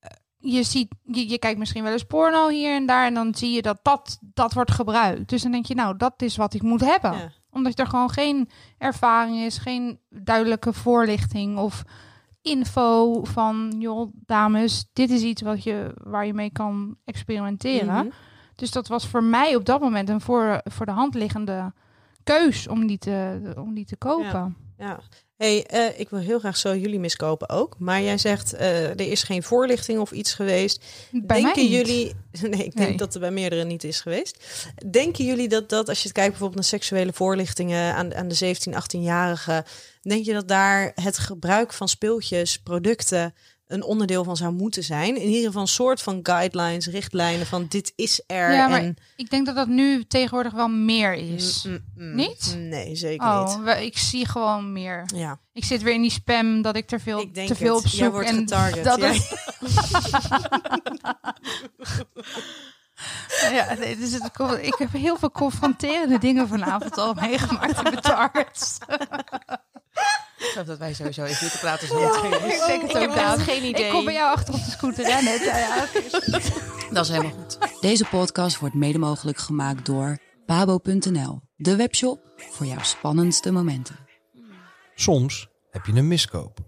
Speaker 7: eh, je, ziet, je, je kijkt misschien wel eens porno hier en daar en dan zie je dat dat, dat wordt gebruikt. Dus dan denk je, nou, dat is wat ik moet hebben.
Speaker 5: Ja.
Speaker 7: Omdat er gewoon geen ervaring is, geen duidelijke voorlichting of info van, joh, dames, dit is iets wat je, waar je mee kan experimenteren.
Speaker 5: Mhm.
Speaker 7: Dus dat was voor mij op dat moment een voor, voor de hand liggende keus om die te, om die te kopen.
Speaker 5: Ja. Hey, eh, ik wil heel graag zo jullie miskopen ook. Maar jij zegt, eh, er is geen voorlichting of iets geweest.
Speaker 7: Bij mij
Speaker 5: denken
Speaker 7: niet.
Speaker 5: jullie. *laughs* Nee, ik denk
Speaker 7: Nee.
Speaker 5: dat er bij meerdere niet is geweest. Denken jullie dat dat, als je het kijkt bijvoorbeeld naar seksuele voorlichtingen aan, aan de 17, 18-jarigen, denk je dat daar het gebruik van speeltjes, producten een onderdeel van zou moeten zijn? In ieder geval een soort van guidelines, richtlijnen van dit is er.
Speaker 7: Ja, maar
Speaker 5: en,
Speaker 7: Ik denk dat dat nu tegenwoordig wel meer is.
Speaker 5: Mm, mm, mm.
Speaker 7: Niet?
Speaker 5: Nee, zeker
Speaker 7: oh,
Speaker 5: niet.
Speaker 7: we- ik zie gewoon meer.
Speaker 5: Ja,
Speaker 7: Ik zit weer in die spam dat ik te veel,
Speaker 5: ik denk
Speaker 7: te veel
Speaker 5: het.
Speaker 7: op zoek.
Speaker 5: Jij wordt
Speaker 7: en
Speaker 5: getarget.
Speaker 7: dat
Speaker 5: ja.
Speaker 7: is-
Speaker 5: *laughs*
Speaker 7: ja, nee, dus het, komt- ik heb heel veel confronterende dingen vanavond al meegemaakt in mijn targets.
Speaker 9: Ik geloof dat wij sowieso even te praten
Speaker 6: *laughs*
Speaker 9: zijn.
Speaker 7: ik denk het
Speaker 8: Ik heb echt geen idee.
Speaker 7: Ik kom bij jou achter op de scooter *laughs* rennen. Ja, ja.
Speaker 3: Dat is helemaal goed. Deze podcast wordt mede mogelijk gemaakt door babo.nl, de webshop voor jouw spannendste momenten.
Speaker 4: Soms heb je een miskoop.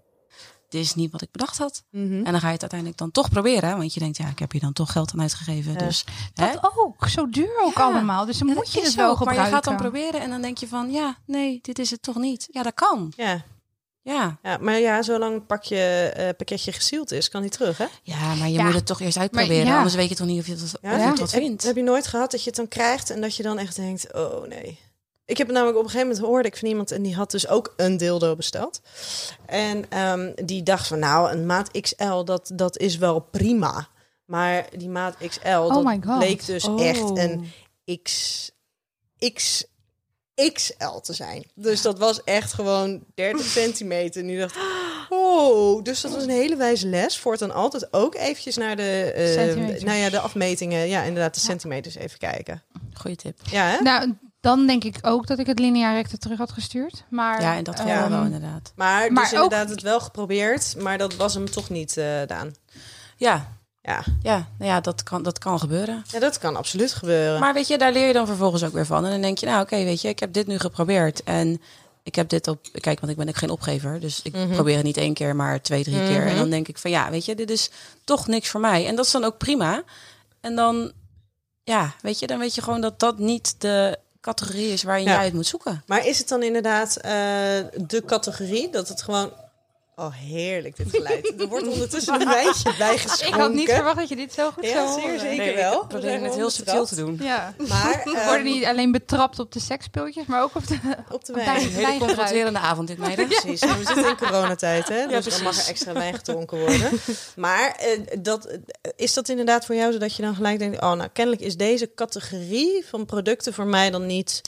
Speaker 6: Dit is niet wat ik bedacht had.
Speaker 5: Mhm.
Speaker 6: En dan ga je het uiteindelijk dan toch proberen. hè, Want je denkt, ja, ik heb hier dan toch geld aan uitgegeven. Dus hè?
Speaker 7: Dat ook. Zo duur ook
Speaker 6: Ja.
Speaker 7: allemaal. Dus dan
Speaker 6: Ja,
Speaker 7: moet
Speaker 6: dat
Speaker 7: je het
Speaker 6: is
Speaker 7: wel
Speaker 6: ook,
Speaker 7: gebruiken.
Speaker 6: Maar je gaat dan proberen en dan denk je van, ja, nee, dit is het toch niet. Ja, dat kan.
Speaker 5: ja.
Speaker 6: Ja,
Speaker 5: Ja, maar ja, zolang het pakje, eh, pakketje gezield is, kan die terug, hè?
Speaker 6: ja maar je
Speaker 7: Ja.
Speaker 6: moet het toch eerst uitproberen.
Speaker 7: Maar ja.
Speaker 6: Anders weet je toch niet of je het,
Speaker 5: Ja,
Speaker 6: of je
Speaker 7: ja.
Speaker 6: het wat
Speaker 5: Heb-
Speaker 6: vindt.
Speaker 5: Heb je nooit gehad dat je het dan krijgt en dat je dan echt denkt, oh nee. Ik heb het namelijk op een gegeven moment hoorde ik van iemand en die had dus ook een dildo besteld. En ehm, die dacht van nou, een maat XL, dat, dat is wel prima. Maar die maat XL,
Speaker 7: Oh my
Speaker 5: dat
Speaker 7: god.
Speaker 5: bleek dus
Speaker 7: Oh.
Speaker 5: echt een X, X, XL te zijn. Dus dat was echt gewoon
Speaker 7: *laughs*
Speaker 5: 30 centimeter. En die dacht, oh, dus dat was een hele wijze les. Voortaan altijd ook eventjes naar de, eh,
Speaker 7: Centimeters.
Speaker 5: nou ja, de afmetingen. Ja, inderdaad, de centimeters even kijken.
Speaker 6: Goeie tip.
Speaker 5: Ja, hè?
Speaker 7: Nou, dan denk ik ook dat ik het lineair recte terug had gestuurd. Maar,
Speaker 6: Ja, en dat
Speaker 7: ehm,
Speaker 6: geval wel inderdaad.
Speaker 5: Maar,
Speaker 7: Maar
Speaker 5: dus
Speaker 7: ook-
Speaker 5: inderdaad het wel geprobeerd, maar dat was hem toch niet, eh Daan.
Speaker 6: Ja,
Speaker 5: Ja.
Speaker 6: ja, nou ja dat, kan, dat kan gebeuren.
Speaker 5: ja, dat kan absoluut gebeuren.
Speaker 6: Maar weet je, daar leer je dan vervolgens ook weer van. En dan denk je, nou oké, weet je, ik heb dit nu geprobeerd. En ik heb dit op... Kijk, want ik ben ook geen opgever. Dus ik probeer het niet één keer, maar twee, drie keer. En dan denk ik van, ja, weet je, dit is toch niks voor mij. En dat is dan ook prima. En dan, ja, weet je, dan weet je gewoon dat dat niet de categorie is waarin
Speaker 5: Ja.
Speaker 6: jij het moet zoeken.
Speaker 5: Maar is het dan inderdaad eh, de categorie dat het gewoon... Oh, heerlijk dit geluid. Er wordt ondertussen
Speaker 7: *laughs*
Speaker 5: een wijntje bijgeschonken.
Speaker 7: Ik had niet verwacht dat je dit zo goed zou
Speaker 5: Ja, zeer
Speaker 7: horen.
Speaker 5: zeker
Speaker 6: Nee,
Speaker 5: wel.
Speaker 6: Ik probeer het heel subtiel te doen.
Speaker 7: Ja.
Speaker 5: Maar
Speaker 7: *laughs* We
Speaker 5: eh,
Speaker 7: worden niet alleen betrapt op de seksspeeltjes, maar ook op de...
Speaker 5: op de wijn.
Speaker 7: op wijn.
Speaker 6: Hele
Speaker 7: Wijngebruik.
Speaker 6: confronterende avond
Speaker 5: *laughs*
Speaker 6: dit, meiden.
Speaker 5: Precies, en we zitten in coronatijd, hè? dus
Speaker 6: precies.
Speaker 5: dan mag er extra wijn gedronken *laughs* worden. Maar eh, dat, eh, is dat inderdaad voor jou zodat je dan gelijk denkt... oh, nou, kennelijk is deze categorie van producten voor mij dan niet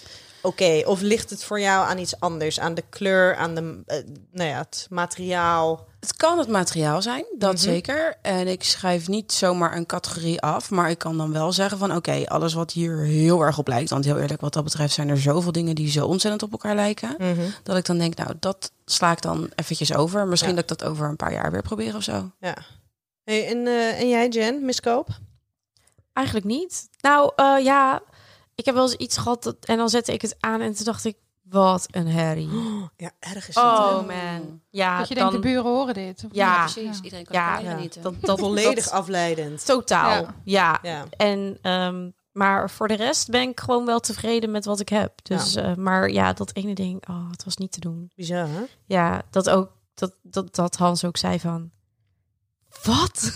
Speaker 5: oké. Of ligt het voor jou aan iets anders? Aan de kleur, aan de, eh, nou ja, het materiaal?
Speaker 6: Het kan het materiaal zijn, dat
Speaker 10: Mhm.
Speaker 6: zeker. En ik schrijf niet zomaar een categorie af. Maar ik kan dan wel zeggen van oké, alles wat hier heel erg op lijkt. Want heel eerlijk, wat dat betreft zijn er zoveel dingen die zo ontzettend op elkaar lijken.
Speaker 5: Mhm.
Speaker 6: Dat ik dan denk, nou, dat sla ik dan eventjes over. Misschien
Speaker 5: Ja.
Speaker 6: dat ik dat over een paar jaar weer probeer of zo.
Speaker 5: Ja. Hey, en, eh, en jij, Jen, miskoop?
Speaker 8: Eigenlijk niet. Nou, eh, ja, ik heb wel eens iets gehad dat, en dan zette ik het aan en toen dacht ik, Wat een herrie.
Speaker 5: Oh, Ja, erg is dat.
Speaker 8: Oh man.
Speaker 7: *laughs*
Speaker 8: Ja,
Speaker 7: Oh, dat je
Speaker 8: dan,
Speaker 7: denkt, de buren horen dit. Of
Speaker 8: Ja.
Speaker 7: niet?
Speaker 10: precies. Iedereen kan
Speaker 8: Ja,
Speaker 10: er
Speaker 5: ja.
Speaker 10: genieten.
Speaker 5: *laughs*
Speaker 8: dat,
Speaker 7: *laughs*
Speaker 8: dat
Speaker 5: Volledig
Speaker 8: dat-
Speaker 5: afleidend.
Speaker 8: totaal.
Speaker 7: Ja.
Speaker 8: ja.
Speaker 5: Ja.
Speaker 8: En, ehm, maar voor de rest ben ik gewoon wel tevreden met wat ik heb. Dus, eh, maar ja, dat ene ding, oh, het was niet te doen.
Speaker 5: Bizar, hè?
Speaker 8: Ja, dat ook, dat, dat, dat Hans ook zei van,
Speaker 7: *laughs*
Speaker 8: wat?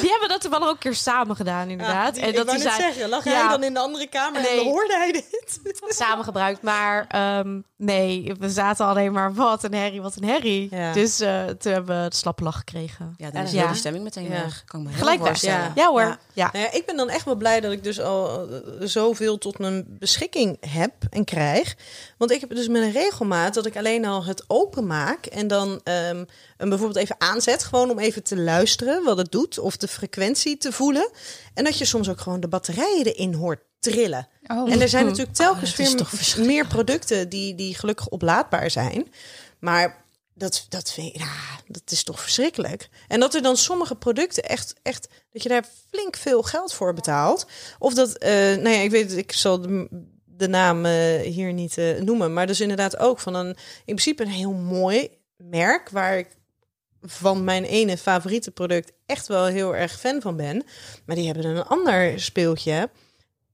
Speaker 8: Die hebben dat wel ook een keer samen gedaan, inderdaad.
Speaker 5: Ja,
Speaker 8: en
Speaker 5: ik
Speaker 8: dat
Speaker 5: wou
Speaker 8: die
Speaker 5: net
Speaker 8: zei,
Speaker 5: zeggen, lag
Speaker 8: Ja.
Speaker 5: hij dan in de andere kamer
Speaker 8: Nee.
Speaker 5: en hoorde hij dit?
Speaker 8: *laughs* samen gebruikt. Maar ehm, nee, we zaten alleen maar wat een herrie, wat een herrie.
Speaker 5: Ja.
Speaker 8: Dus eh, toen hebben we de slappe lach gekregen.
Speaker 10: Ja, dan is
Speaker 5: Ja.
Speaker 10: heel die stemming meteen
Speaker 5: Ja.
Speaker 10: weg. Kan ik me
Speaker 8: Gelijk
Speaker 10: heel
Speaker 8: weg,
Speaker 10: voorstellen.
Speaker 5: ja.
Speaker 8: Ja hoor, ja.
Speaker 5: Nou ja, ik ben dan echt wel blij dat ik dus al eh, zoveel tot mijn beschikking heb en krijg. Want ik heb dus met een regelmaat dat ik alleen al het openmaak en dan ehm hem bijvoorbeeld even aanzet. Gewoon om even te luisteren wat het doet of de frequentie te voelen. En dat je soms ook gewoon de batterijen erin hoort trillen.
Speaker 7: Oh.
Speaker 5: En er zijn natuurlijk telkens
Speaker 10: dat Hm. Ah, is
Speaker 5: weer
Speaker 10: toch
Speaker 5: m-
Speaker 10: verschrikkelijk.
Speaker 5: meer producten die, die gelukkig oplaadbaar zijn. Maar dat, dat, vind, ik- ja, dat is toch verschrikkelijk. En dat er dan sommige producten echt, echt dat je daar flink veel geld voor betaalt. Of dat, eh nou ja, ik weet, ik zal de, de naam eh, hier niet eh, noemen. Maar dus inderdaad ook van een, in principe een heel mooi merk waar ik van mijn ene favoriete product echt wel heel erg fan van ben. Maar die hebben een ander speeltje.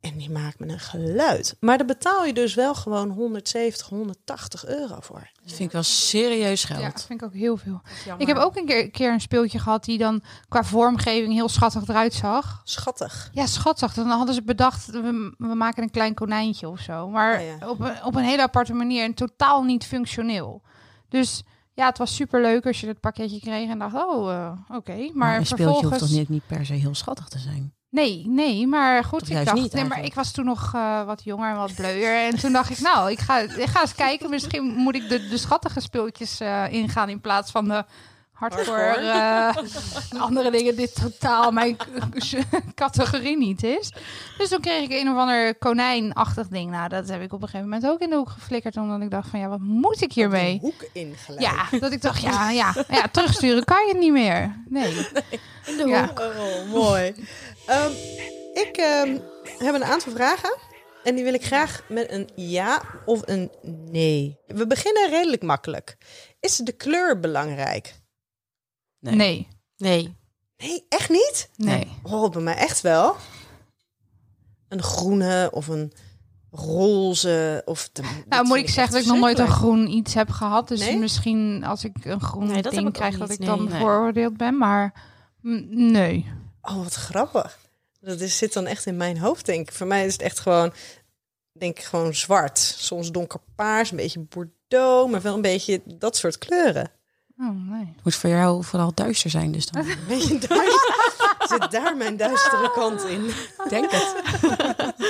Speaker 5: En die maakt me een geluid. Maar daar betaal je dus wel gewoon 170, 180 euro voor.
Speaker 10: Dat vind ik wel serieus geld.
Speaker 7: Ja, dat vind ik ook heel veel.
Speaker 6: Oh,
Speaker 7: Ik heb ook een keer, keer een speeltje gehad die dan qua vormgeving heel schattig eruit zag.
Speaker 5: Schattig.
Speaker 7: Ja, schattig. Dan hadden ze bedacht, we, we maken een klein konijntje of zo. Maar
Speaker 5: Oh ja.
Speaker 7: op, een, op een hele aparte manier en totaal niet functioneel. Dus ja, het was super leuk als je het pakketje kreeg en dacht, oh, eh, oké. Maar,
Speaker 10: een speeltje
Speaker 7: vervolgens...
Speaker 10: hoeft toch niet, niet per se heel schattig te zijn?
Speaker 7: Nee, nee, maar goed,
Speaker 10: Of
Speaker 7: ik
Speaker 10: juist
Speaker 7: dacht,
Speaker 10: niet
Speaker 7: nee, maar ik
Speaker 10: eigenlijk.
Speaker 7: was toen nog eh, wat jonger en wat bleuier. En toen dacht ik, nou, ik ga, ik ga eens kijken. Misschien moet ik de, de schattige speeltjes eh, ingaan in plaats van de hardcore eh, *laughs* andere dingen. Dit totaal mijn *laughs* categorie niet is. Dus toen kreeg ik een of ander konijnachtig ding. Nou, dat heb ik op een gegeven moment ook in de hoek geflikkerd. Omdat ik dacht van, ja, wat moet ik hiermee?
Speaker 5: Hoek ingeleid.
Speaker 7: Ja, dat ik dacht, ja, ja, ja, terugsturen kan je niet meer. Nee. Ja.
Speaker 5: Oh,
Speaker 7: *laughs*
Speaker 5: mooi. Ehm, ik ehm, heb een aantal vragen. En die wil ik graag met een ja of een nee. We beginnen redelijk makkelijk. Is de kleur belangrijk?
Speaker 10: Nee.
Speaker 7: Nee.
Speaker 8: Nee,
Speaker 5: Nee, echt niet?
Speaker 7: Nee.
Speaker 5: Oh, bij mij echt wel. Een groene of een roze. Of de,
Speaker 7: Nou, moet ik zeggen dat ik nog nooit een
Speaker 5: groen.
Speaker 7: groen iets heb gehad. Dus
Speaker 5: Nee?
Speaker 7: misschien als ik een groen
Speaker 8: Nee, dat heb ik
Speaker 7: ding
Speaker 8: ook
Speaker 7: krijg,
Speaker 8: niet.
Speaker 7: dat ik
Speaker 8: Nee,
Speaker 7: dan
Speaker 8: nee.
Speaker 7: veroordeeld ben. Maar mm, nee.
Speaker 5: Oh, wat grappig. Dat is, zit dan echt in mijn hoofd, denk ik. Voor mij is het echt gewoon, denk ik, gewoon zwart. Soms donkerpaars, een beetje bordeaux, maar wel een beetje dat soort kleuren.
Speaker 7: Oh, nee.
Speaker 10: Het moet voor jou vooral duister zijn dus dan. *laughs*
Speaker 5: Een beetje *laughs* duister. zit daar mijn duistere kant in.
Speaker 10: Denk het.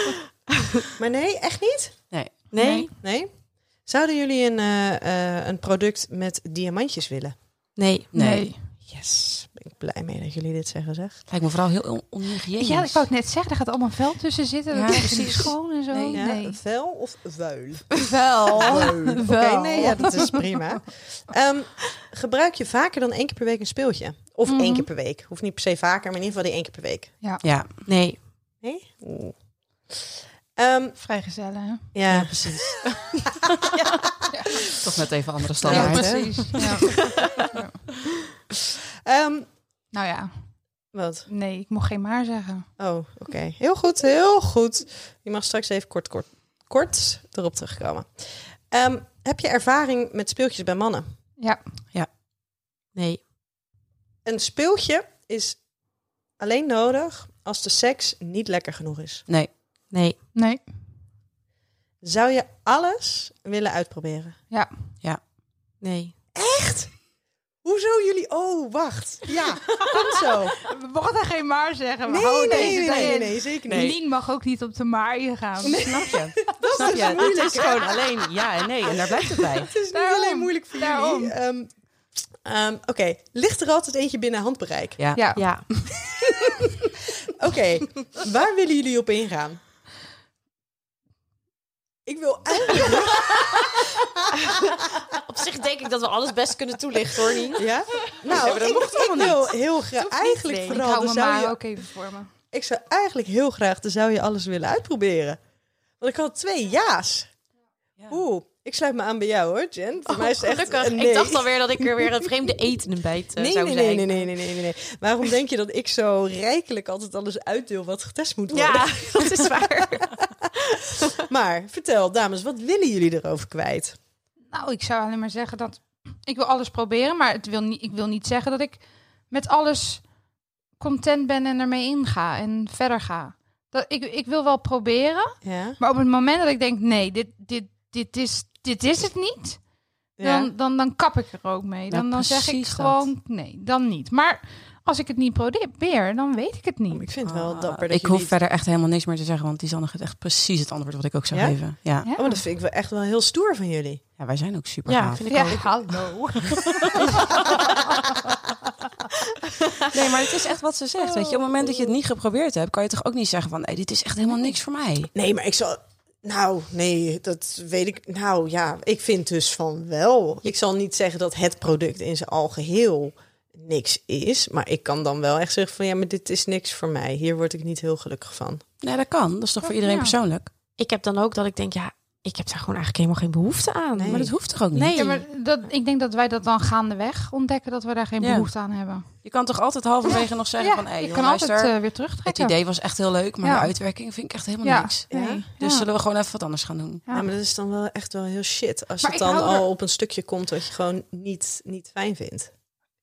Speaker 5: *laughs* Maar nee, echt niet?
Speaker 8: nee.
Speaker 7: Nee.
Speaker 5: Nee? Zouden jullie een, eh, eh, een product met diamantjes willen?
Speaker 8: Nee.
Speaker 10: Nee.
Speaker 5: Yes, ben ik blij mee dat jullie dit zeggen, zeg.
Speaker 10: Lijkt me vooral heel on- onhygiënisch.
Speaker 7: Ja, ik wou het net zeggen, er gaat allemaal vel tussen zitten.
Speaker 10: Ja,
Speaker 7: dat is niet
Speaker 10: precies.
Speaker 7: schoon en zo. Nee.
Speaker 5: Ja, Vuil of vuil?
Speaker 7: Vel.
Speaker 10: Oh, *laughs*
Speaker 5: Oké,
Speaker 7: Wel.
Speaker 5: nee, ja, dat is prima. Ehm, gebruik je vaker dan één keer per week een speeltje? Of
Speaker 10: Mhm.
Speaker 5: één keer per week? Hoeft niet per se vaker, maar in ieder geval die één keer per week.
Speaker 10: Ja.
Speaker 8: Nee.
Speaker 5: Nee? Oeh. Ehm,
Speaker 7: Vrijgezellen. hè?
Speaker 10: Ja,
Speaker 5: ja,
Speaker 10: precies. Toch net even andere
Speaker 7: Ja,
Speaker 10: standaard.
Speaker 7: precies. Ja.
Speaker 5: ehm,
Speaker 7: *laughs* Nou ja,
Speaker 5: wat?
Speaker 7: nee, ik mocht geen maar zeggen.
Speaker 5: Oh, oké. Heel goed, heel goed. Je mag straks even kort, kort, kort erop terugkomen. Ehm, heb je ervaring met speeltjes bij mannen?
Speaker 7: Ja,
Speaker 8: Nee.
Speaker 5: Een speeltje is alleen nodig als de seks niet lekker genoeg is.
Speaker 10: Nee.
Speaker 8: Nee.
Speaker 7: nee.
Speaker 5: Zou je alles willen uitproberen?
Speaker 8: Nee.
Speaker 5: Echt? Hoezo jullie? Oh, wacht.
Speaker 10: *laughs*
Speaker 5: Ja, goed zo.
Speaker 7: We mochten geen maar zeggen.
Speaker 5: Nee,
Speaker 10: Oh,
Speaker 5: nee, nee, nee, nee, zeker niet.
Speaker 7: Lien mag ook niet op de maar hier gaan.
Speaker 10: Snap je? Snap je? Het is gewoon alleen ja en nee. En daar blijft het bij.
Speaker 5: *laughs* Het is niet
Speaker 7: Daarom,
Speaker 5: alleen moeilijk voor
Speaker 7: daarom.
Speaker 5: jullie. Ehm, ehm, Oké, ligt er altijd eentje binnen handbereik?
Speaker 10: Ja.
Speaker 7: Ja.
Speaker 8: Ja.
Speaker 5: Oké, waar willen jullie op ingaan? Ik wil
Speaker 10: *laughs*
Speaker 5: eigenlijk...
Speaker 8: Op zich denk ik dat we alles best kunnen toelichten hoor, Nien.
Speaker 5: Ja? Nou, ik, ik wil heel graag...
Speaker 8: hoeft niet,
Speaker 5: Eigenlijk
Speaker 8: nee.
Speaker 5: vooral, dan
Speaker 7: ik hou me
Speaker 5: zou
Speaker 7: maar
Speaker 5: je,
Speaker 7: ook even voor me.
Speaker 5: ik zou eigenlijk heel graag... Dan zou je alles willen uitproberen. Want Want ik had twee ja's. Oeh, ik sluit me aan bij jou hoor, Jen. Voor
Speaker 8: Oh,
Speaker 5: mij is het echt
Speaker 8: gelukkig.
Speaker 5: een nee.
Speaker 8: Ik dacht alweer dat ik er weer een vreemde etende bij te-
Speaker 5: Nee,
Speaker 8: zou
Speaker 5: nee, nee,
Speaker 8: zijn.
Speaker 5: nee, nee, nee, nee, nee, nee. Waarom denk je dat ik zo rijkelijk altijd alles uitdeel wat getest moet worden?
Speaker 8: Ja, *laughs* dat is waar.
Speaker 5: *laughs* Maar vertel, dames, wat willen jullie erover kwijt?
Speaker 7: Nou, ik zou alleen maar zeggen dat ik wil alles proberen, maar het wil niet, ik wil niet zeggen dat ik met alles content ben en ermee inga en verder ga. Dat, ik, ik wil wel proberen,
Speaker 5: Ja.
Speaker 7: maar op het moment dat ik denk, nee, dit, dit, dit, is, dit is het niet, dan, dan, dan kap ik er ook mee. Dan, dan zeg ik
Speaker 6: precies
Speaker 7: gewoon, nee, dan niet. Maar als ik het niet probeer, dan weet ik het niet.
Speaker 5: Ik vind het
Speaker 8: Ah,
Speaker 5: wel dapper dat
Speaker 6: ik hoef
Speaker 5: jullie...
Speaker 6: verder echt helemaal niks meer te zeggen, want Lisanne geeft echt precies het antwoord wat ik ook zou
Speaker 5: Ja?
Speaker 6: geven. Ja.
Speaker 7: Ja.
Speaker 5: Oh, maar dat vind ik wel echt wel heel stoer van jullie.
Speaker 6: ja, wij zijn ook super
Speaker 8: Ja,
Speaker 6: gaaf.
Speaker 8: vind
Speaker 7: Ja, *laughs* hallo.
Speaker 6: Nee, maar het is echt wat ze zegt. Weet je, op het moment dat je het niet geprobeerd hebt, kan je toch ook niet zeggen van, nee, dit is echt helemaal niks voor mij.
Speaker 5: Nee, maar ik zal... Nou, nee, dat weet ik. Nou ja, ik vind dus van wel. Ik zal niet zeggen dat het product in zijn algeheel niks is. Maar ik kan dan wel echt zeggen van ja, maar dit is niks voor mij. Hier word ik niet heel gelukkig van.
Speaker 6: Nee, dat kan. Dat is toch voor iedereen
Speaker 7: Ja.
Speaker 6: persoonlijk.
Speaker 8: Ik heb dan ook dat ik denk, ja, ik heb daar gewoon eigenlijk helemaal geen behoefte aan.
Speaker 5: Nee.
Speaker 6: Maar dat hoeft toch ook niet?
Speaker 7: Ja, maar dat, ik denk dat wij dat dan gaandeweg ontdekken dat we daar geen
Speaker 6: Ja.
Speaker 7: behoefte aan hebben.
Speaker 6: Je kan toch altijd halverwege nog zeggen
Speaker 7: ja,
Speaker 6: van, hé, hey,
Speaker 7: je
Speaker 6: joh,
Speaker 7: kan
Speaker 6: luister,
Speaker 7: altijd eh, weer
Speaker 6: het
Speaker 7: terugtrekken.
Speaker 6: idee was echt heel leuk, maar
Speaker 7: Ja.
Speaker 6: de uitwerking vind ik echt helemaal
Speaker 7: Ja.
Speaker 6: niks.
Speaker 7: Nee.
Speaker 5: Ja.
Speaker 6: Dus
Speaker 7: Ja.
Speaker 6: zullen we gewoon even wat anders gaan doen.
Speaker 7: Ja.
Speaker 5: Ja, maar dat is dan wel echt wel heel shit. Als
Speaker 7: Maar
Speaker 5: het
Speaker 7: ik
Speaker 5: dan
Speaker 7: hou er-
Speaker 5: al op een stukje komt dat je gewoon niet, niet fijn vindt.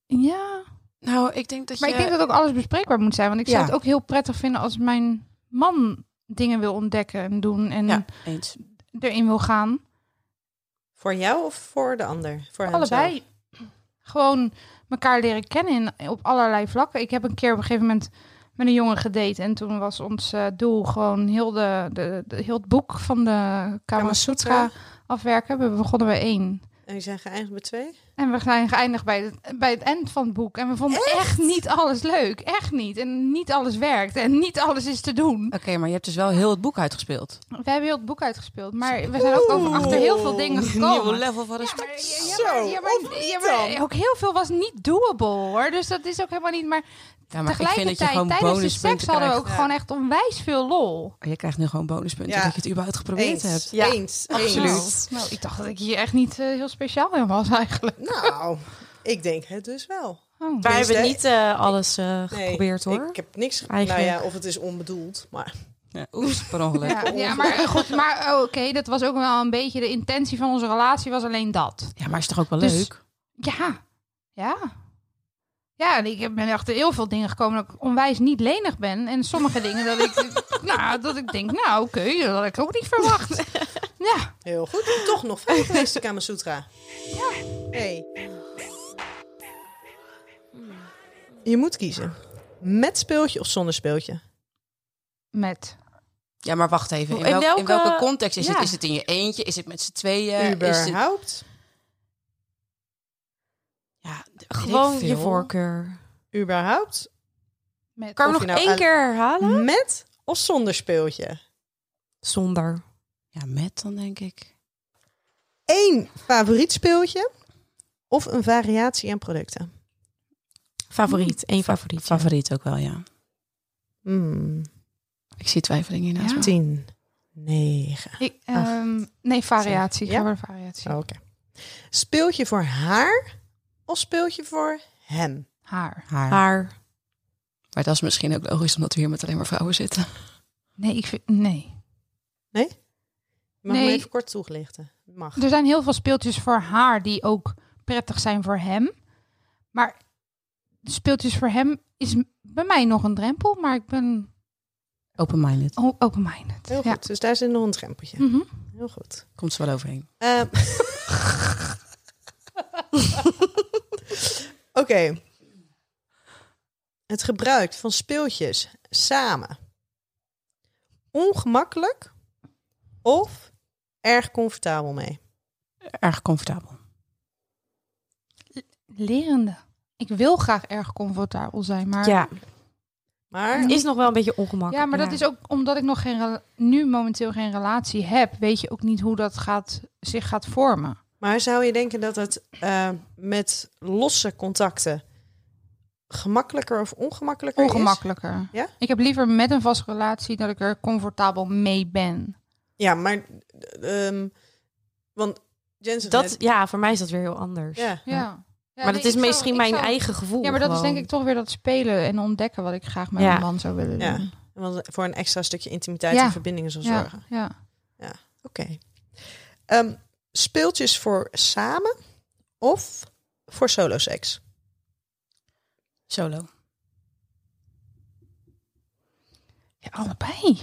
Speaker 7: Ja,
Speaker 6: Nou, ik denk dat
Speaker 7: maar
Speaker 6: je...
Speaker 7: ik denk dat ook alles bespreekbaar moet zijn. Want ik
Speaker 6: Ja.
Speaker 7: zou het ook heel prettig vinden als mijn man dingen wil ontdekken en doen en
Speaker 6: Ja, eens.
Speaker 7: erin wil gaan.
Speaker 5: Voor jou of voor de ander? Voor hem zelf?
Speaker 7: Allebei gewoon elkaar leren kennen in, op allerlei vlakken. Ik heb een keer op een gegeven moment met een jongen gedate. En toen was ons eh, doel gewoon heel, de, de, de- heel het boek van de Kama Sutra afwerken. We begonnen bij één.
Speaker 5: En we zijn geëindigd bij twee?
Speaker 7: En we zijn geëindigd bij het, bij het eind van het boek. En we vonden echt? niet alles leuk. Echt niet. En niet alles werkt. En niet alles is te doen.
Speaker 6: Oké, maar je hebt dus wel heel het boek uitgespeeld.
Speaker 7: We hebben heel het boek uitgespeeld. Maar we zijn ook over achter heel veel dingen gekomen.
Speaker 6: level van
Speaker 7: Ja, maar, ja, ja,
Speaker 5: Zo,
Speaker 7: maar- ja, maar- ja, maar ook heel veel was niet doable hoor. Dus dat is ook helemaal niet. Maar,
Speaker 6: Ja, maar ik vind dat je
Speaker 7: tegelijkertijd,
Speaker 6: gewoon
Speaker 7: tijdens de seks
Speaker 6: bonuspunten
Speaker 7: hadden we
Speaker 6: krijgt. Oh,
Speaker 7: ook gewoon echt onwijs veel lol.
Speaker 6: Je krijgt nu gewoon bonuspunten
Speaker 5: Ja.
Speaker 6: dat je het überhaupt geprobeerd
Speaker 5: Eens,
Speaker 6: hebt.
Speaker 8: Ja,
Speaker 5: eens, eens.
Speaker 7: Nou, nou, ik dacht dat ik hier echt niet eh, heel speciaal in was eigenlijk.
Speaker 5: Nou, ik denk het dus wel.
Speaker 7: Oh.
Speaker 8: Wij
Speaker 5: Tenminste,
Speaker 8: hebben niet eh, alles eh,
Speaker 5: Nee,
Speaker 8: geprobeerd hoor.
Speaker 5: Ik heb niks.
Speaker 8: Eigenlijk.
Speaker 5: Nou ja, of het is onbedoeld, maar
Speaker 6: Ja, *laughs* Oeps, per ongeluk. Ja.
Speaker 7: Ja, ja, maar eh, goed, maar *laughs* oh, oké, dat was ook wel een beetje de intentie van onze relatie was alleen dat.
Speaker 6: maar is toch ook wel
Speaker 7: Dus-
Speaker 6: leuk?
Speaker 7: Ja, ja. Ja, en ik heb- ben achter heel veel dingen gekomen dat ik onwijs niet lenig ben. En sommige dingen dat ik, nou, dat ik denk, nou oké, dat had ik ook niet verwacht. Ja,
Speaker 5: heel goed. *laughs* Toch nog vijf geweest, de Kama Sutra. Ja. Hey. Je moet kiezen. Met speeltje of zonder speeltje?
Speaker 7: met.
Speaker 6: Ja, maar wacht even. In,
Speaker 8: In
Speaker 6: welk- in
Speaker 8: welke-
Speaker 6: welke context is
Speaker 8: ja.
Speaker 6: het? Is het in je eentje? Is het met z'n tweeën? Is het...
Speaker 5: überhaupt?
Speaker 6: Ja, d- weet ik
Speaker 8: Gewoon
Speaker 6: veel.
Speaker 8: je voorkeur.
Speaker 5: Überhaupt?
Speaker 7: met.
Speaker 8: Kan
Speaker 5: Of
Speaker 8: ik
Speaker 5: je
Speaker 8: nog
Speaker 5: nou
Speaker 8: één
Speaker 5: aan-
Speaker 8: keer herhalen?
Speaker 7: Mm.
Speaker 5: Met of zonder speeltje?
Speaker 8: Zonder.
Speaker 6: Ja, met dan denk ik.
Speaker 5: Eén favoriet speeltje of een variatie aan producten?
Speaker 8: Favoriet.
Speaker 7: Mm.
Speaker 8: Eén favoriet.
Speaker 6: Favoriet ook wel, ja.
Speaker 5: Hmm.
Speaker 6: Ik zie twijfeling hiernaast.
Speaker 7: Ja.
Speaker 5: Tien. Negen.
Speaker 7: Ik, ehm, nee, variatie.
Speaker 5: Ja? Oh.
Speaker 7: Ga maar variatie.
Speaker 5: Oké. Speeltje voor haar of speeltje voor hem?
Speaker 7: Haar.
Speaker 6: Haar.
Speaker 8: Haar.
Speaker 6: Maar dat is misschien ook logisch, omdat we hier met alleen maar vrouwen zitten.
Speaker 7: Nee, ik vind, nee.
Speaker 5: Je Mag nee.
Speaker 7: Nee.
Speaker 5: even kort toelichten? Mag.
Speaker 7: Er zijn heel veel speeltjes voor haar die ook prettig zijn voor hem. Maar speeltjes voor hem is m- bij mij nog een drempel, maar ik ben
Speaker 6: Open-minded.
Speaker 7: o- open-minded.
Speaker 5: Heel goed.
Speaker 7: Ja.
Speaker 5: Dus daar zit nog een drempeltje.
Speaker 7: Mhm.
Speaker 5: Heel goed.
Speaker 6: Komt ze wel overheen.
Speaker 5: Ehm. *laughs* Oké. Het gebruik van speeltjes samen. Ongemakkelijk of erg comfortabel mee?
Speaker 6: Erg comfortabel.
Speaker 7: Lerende. Ik wil graag erg comfortabel zijn, maar
Speaker 8: Ja,
Speaker 5: Maar
Speaker 8: het is nog wel een beetje ongemakkelijk.
Speaker 7: Mm. Ja, maar dat is ook omdat ik nog geen rela- nu momenteel geen relatie heb, weet je ook niet hoe dat gaat, zich gaat vormen.
Speaker 8: Oh,
Speaker 5: Maar zou je denken dat het eh, met losse contacten gemakkelijker of ongemakkelijker
Speaker 7: Ongemakkelijker.
Speaker 5: Ja?
Speaker 7: Ik heb liever met een vaste relatie dat ik er comfortabel mee ben.
Speaker 5: is? Ja, maar... ehm, want Jensen...
Speaker 8: Dat, ja, voor mij is dat weer heel anders.
Speaker 5: Ja.
Speaker 7: Ja. Ja,
Speaker 8: maar
Speaker 7: nee,
Speaker 8: dat is
Speaker 7: ik zou-
Speaker 8: misschien
Speaker 7: ik
Speaker 8: mijn
Speaker 7: zou-
Speaker 8: eigen gevoel.
Speaker 7: Ja, maar dat is
Speaker 8: gewoon.
Speaker 7: denk ik toch weer dat spelen en ontdekken wat ik graag met
Speaker 8: Ja.
Speaker 7: mijn man zou willen
Speaker 5: Ja.
Speaker 7: doen.
Speaker 5: Want voor een extra stukje intimiteit
Speaker 7: Ja.
Speaker 5: en verbindingen zal
Speaker 7: Ja,
Speaker 5: zorgen.
Speaker 7: ja.
Speaker 5: Oké. Ehm, speeltjes voor samen of voor solo seks?
Speaker 6: Solo.
Speaker 7: Ja, allebei.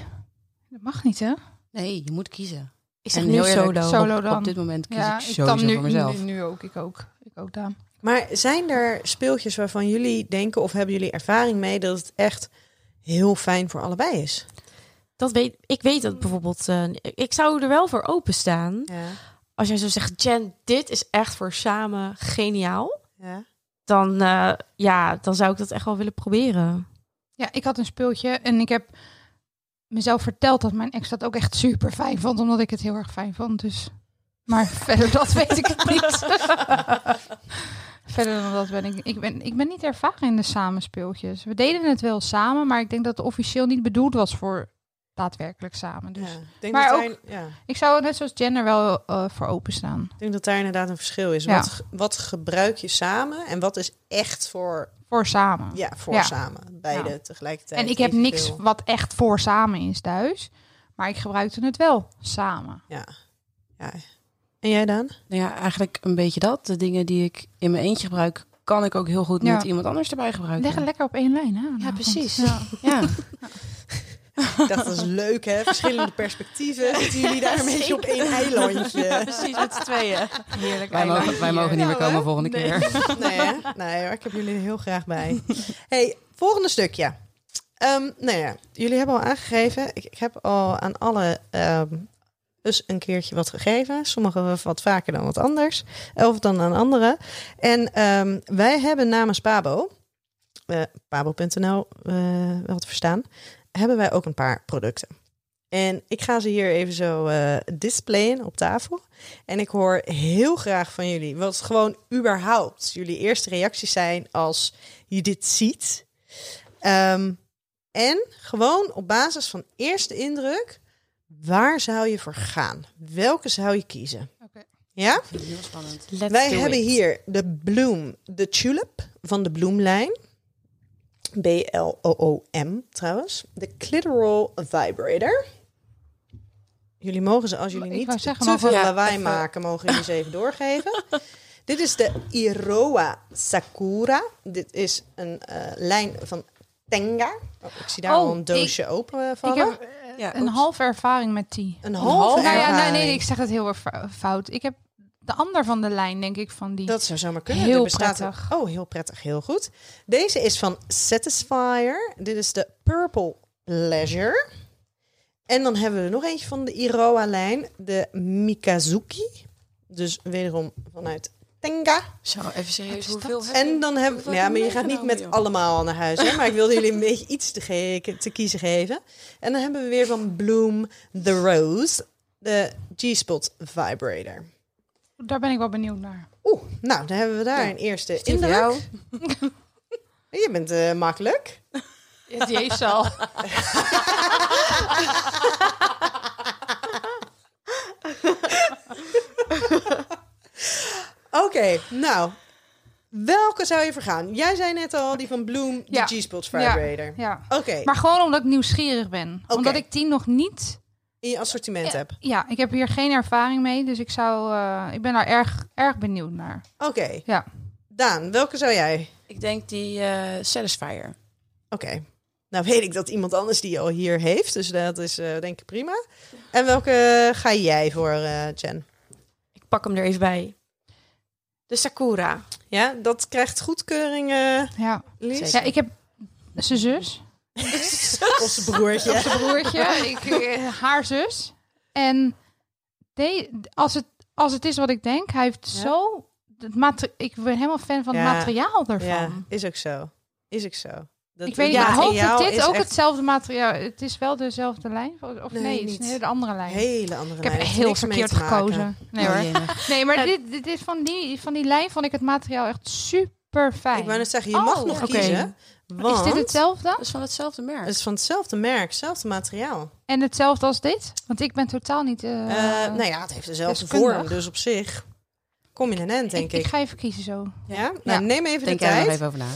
Speaker 7: Dat mag niet, hè?
Speaker 6: Nee, je moet kiezen.
Speaker 8: Ik zeg
Speaker 6: En
Speaker 8: nu
Speaker 6: heel eerlijk,
Speaker 8: solo.
Speaker 7: solo
Speaker 6: Op,
Speaker 7: dan.
Speaker 6: op dit moment kies
Speaker 7: ja,
Speaker 6: Dus ik sowieso
Speaker 7: kan nu,
Speaker 6: voor mezelf.
Speaker 7: Nu, nu ook, ik ook. Ik ook, Daan.
Speaker 5: Maar zijn er speeltjes waarvan jullie denken of hebben jullie ervaring mee dat het echt heel fijn voor allebei is?
Speaker 8: Dat weet, ik weet dat bijvoorbeeld. eh, ik zou er wel voor openstaan.
Speaker 5: Ja.
Speaker 8: Als jij zo zegt, Jen, dit is echt voor samen geniaal.
Speaker 5: ja.
Speaker 8: Dan, eh, ja, dan zou ik dat echt wel willen proberen.
Speaker 7: Ja, ik had een speeltje en ik heb mezelf verteld dat mijn ex dat ook echt super fijn vond, omdat ik het heel erg fijn vond. Dus.
Speaker 6: *laughs*
Speaker 7: Maar verder dat weet ik het niet. *laughs* verder dan dat ben ik, ik ben ik ben niet ervaren in de samenspeeltjes. We deden het wel samen, maar ik denk dat het officieel niet bedoeld was voor daadwerkelijk samen. Dus
Speaker 5: Ja. Ik Denk
Speaker 7: Maar
Speaker 5: dat
Speaker 7: ook-
Speaker 5: daar, ja.
Speaker 7: ik zou net zoals Jen er wel eh, voor openstaan.
Speaker 5: Ik denk dat daar inderdaad een verschil is.
Speaker 7: Ja.
Speaker 5: Wat, ge- wat gebruik je samen en wat is echt voor,
Speaker 7: Voor samen.
Speaker 5: ja, voor
Speaker 7: Ja.
Speaker 5: samen? Beide
Speaker 7: Ja.
Speaker 5: tegelijkertijd.
Speaker 7: en ik heb niks
Speaker 5: evenveel.
Speaker 7: wat echt voor samen is thuis, maar ik gebruikte het wel samen.
Speaker 5: Ja. ja. En jij dan?
Speaker 6: Nou ja, eigenlijk een beetje dat. De dingen die ik in mijn eentje gebruik, kan ik ook heel goed
Speaker 7: Ja.
Speaker 6: met iemand anders erbij gebruiken.
Speaker 7: Leg het lekker op één lijn. Hè, vanavond.
Speaker 6: precies.
Speaker 7: Ja.
Speaker 8: *laughs*
Speaker 6: Ja.
Speaker 5: Ik dacht, dat is leuk hè? Verschillende perspectieven. Zitten jullie daar een beetje op één eilandje?
Speaker 8: Precies, met z'n tweeën. Heerlijk.
Speaker 6: Wij mogen, wij mogen niet meer
Speaker 5: Nou, hè?
Speaker 6: komen volgende
Speaker 8: Nee.
Speaker 6: keer.
Speaker 5: *laughs* Nee, hè? nee hoor, ik heb jullie er heel graag bij. Hey, volgende stukje. Ehm nou ja, jullie hebben al aangegeven. Ik, ik heb al aan alle ehm eens een keertje wat gegeven. Sommigen wat vaker dan wat anders. Of dan aan anderen. En ehm, wij hebben namens Pabo, eh, pabo.nl eh, wel te verstaan, hebben wij ook een paar producten. En ik ga ze hier even zo eh, displayen op tafel. En ik hoor heel graag van jullie wat gewoon überhaupt jullie eerste reacties zijn als je dit ziet. Ehm, en gewoon op basis van eerste indruk, waar zou je voor gaan? Welke zou je kiezen?
Speaker 7: Oké.
Speaker 5: Ja?
Speaker 6: Heel spannend.
Speaker 8: Let's
Speaker 5: Wij
Speaker 8: do
Speaker 5: hebben
Speaker 8: it.
Speaker 5: hier de Bloom, de Tulip van de Bloemlijn. B-L-O-O-M trouwens. De Clitoral Vibrator. Jullie mogen ze, als jullie
Speaker 7: Ik
Speaker 5: niet
Speaker 7: wou zeggen,
Speaker 5: te
Speaker 7: maar
Speaker 5: veel
Speaker 7: voor-
Speaker 5: lawaai maken, mogen jullie ze even
Speaker 7: *laughs*
Speaker 5: doorgeven. Dit is de Iroa Sakura. Dit is een eh, lijn van Tenga. Oh, ik zie daar
Speaker 7: Oh,
Speaker 5: al een doosje
Speaker 7: Ik
Speaker 5: openvallen.
Speaker 7: heb eh,
Speaker 6: Ja,
Speaker 7: een
Speaker 6: oeps.
Speaker 7: halve ervaring met die.
Speaker 5: Een halve
Speaker 7: Nou ja, nee,
Speaker 5: ervaring.
Speaker 7: nee, ik zeg het heel erg fou- fout. Ik heb de ander van de lijn, denk ik, van die.
Speaker 5: Dat zou zomaar kunnen.
Speaker 7: Heel
Speaker 5: Er bestaat een-
Speaker 7: prettig.
Speaker 5: oh, heel prettig. Heel goed. Deze is van Satisfyer. Dit is de Purple Pleasure. En dan hebben we er nog eentje van de Iroha-lijn. De Mikazuki. Dus wederom vanuit Tenga.
Speaker 6: Zo, even serieus,
Speaker 7: is
Speaker 6: hoeveel heb
Speaker 5: En dan hebben we...
Speaker 6: Wat nou
Speaker 5: Ja,
Speaker 6: heb
Speaker 5: maar
Speaker 6: je
Speaker 5: je gaat niet
Speaker 6: meegenomen,
Speaker 5: met
Speaker 6: joh?
Speaker 5: allemaal naar huis. Hè? Maar ik wilde jullie een beetje *laughs* iets te, ge- te kiezen geven. En dan hebben we weer van Bloom The Rose. De G-Spot Vibrator.
Speaker 7: Daar ben ik wel benieuwd naar.
Speaker 5: Oeh, nou, dan hebben we daar een eerste
Speaker 6: die voor
Speaker 5: indruk. *laughs* Je bent eh, makkelijk.
Speaker 7: die heeft ze al.
Speaker 5: *laughs* Oké, nou. Welke zou je vergaan? Jij zei net al die van Bloom,
Speaker 7: Ja.
Speaker 5: de G-Spot Vibrator.
Speaker 7: *laughs* Ja.
Speaker 5: Oké,
Speaker 7: Maar gewoon omdat ik nieuwsgierig ben.
Speaker 5: Oké.
Speaker 7: Omdat ik die nog niet...
Speaker 5: in je assortiment heb.
Speaker 7: Ja, ik heb hier geen ervaring mee, dus ik zou... eh, ik ben daar erg, erg benieuwd naar.
Speaker 5: Oké,
Speaker 7: Ja.
Speaker 5: Daan, welke zou jij?
Speaker 6: Ik denk die eh, Satisfier.
Speaker 5: Oké, nou weet ik dat iemand anders die al hier heeft, dus dat is eh, denk ik prima. En welke ga jij voor, eh Jen?
Speaker 8: Ik pak hem er even bij. De *laughs* Sakura.
Speaker 5: Ja, dat krijgt goedkeuring, eh
Speaker 7: Ja.
Speaker 5: Lies.
Speaker 7: ja, ik heb zijn zus,
Speaker 5: Onze broertje.
Speaker 7: zijn
Speaker 5: *laughs*
Speaker 7: broertje, ik, eh, haar zus. En de, als, het, als het is wat ik denk, hij heeft
Speaker 5: Ja.
Speaker 7: zo... Het mate- ik ben helemaal fan van
Speaker 5: Ja.
Speaker 7: het materiaal daarvan.
Speaker 5: Ja, is ook zo. Is ook zo. Dat-
Speaker 7: ik weet niet,
Speaker 5: dat
Speaker 7: ik hoop dat
Speaker 5: materiaal
Speaker 7: dit
Speaker 5: is
Speaker 7: ook
Speaker 5: echt
Speaker 7: hetzelfde materiaal... Het is wel dezelfde lijn, vol- of
Speaker 5: Nee,
Speaker 7: nee, het is
Speaker 5: niet.
Speaker 7: een hele andere
Speaker 5: een
Speaker 7: lijn.
Speaker 5: hele andere
Speaker 7: ik heb
Speaker 5: lijn. Het heeft
Speaker 7: heel
Speaker 5: niks mee
Speaker 7: verkeerd
Speaker 5: te maken.
Speaker 7: gekozen. Nee hoor. Nee, maar dit, dit is van, die, van die lijn vond ik het materiaal echt super fijn.
Speaker 5: Ik wou net zeggen, je
Speaker 7: Oh,
Speaker 5: mag nog
Speaker 8: oké.
Speaker 5: kiezen. Want
Speaker 7: Is dit hetzelfde?
Speaker 6: Dat is van hetzelfde merk.
Speaker 5: het is van hetzelfde merk, hetzelfde materiaal.
Speaker 7: En hetzelfde als dit? Want ik ben totaal niet... eh,
Speaker 5: Eh nou ja, het heeft dezelfde
Speaker 7: deskundig.
Speaker 5: vorm, dus op zich kom je een end, denk
Speaker 7: ik,
Speaker 5: ik.
Speaker 7: ik ga even kiezen zo.
Speaker 5: Ja? Nou, neem even
Speaker 9: Denk
Speaker 5: de
Speaker 9: jij er
Speaker 5: tijd.
Speaker 9: nog even over na.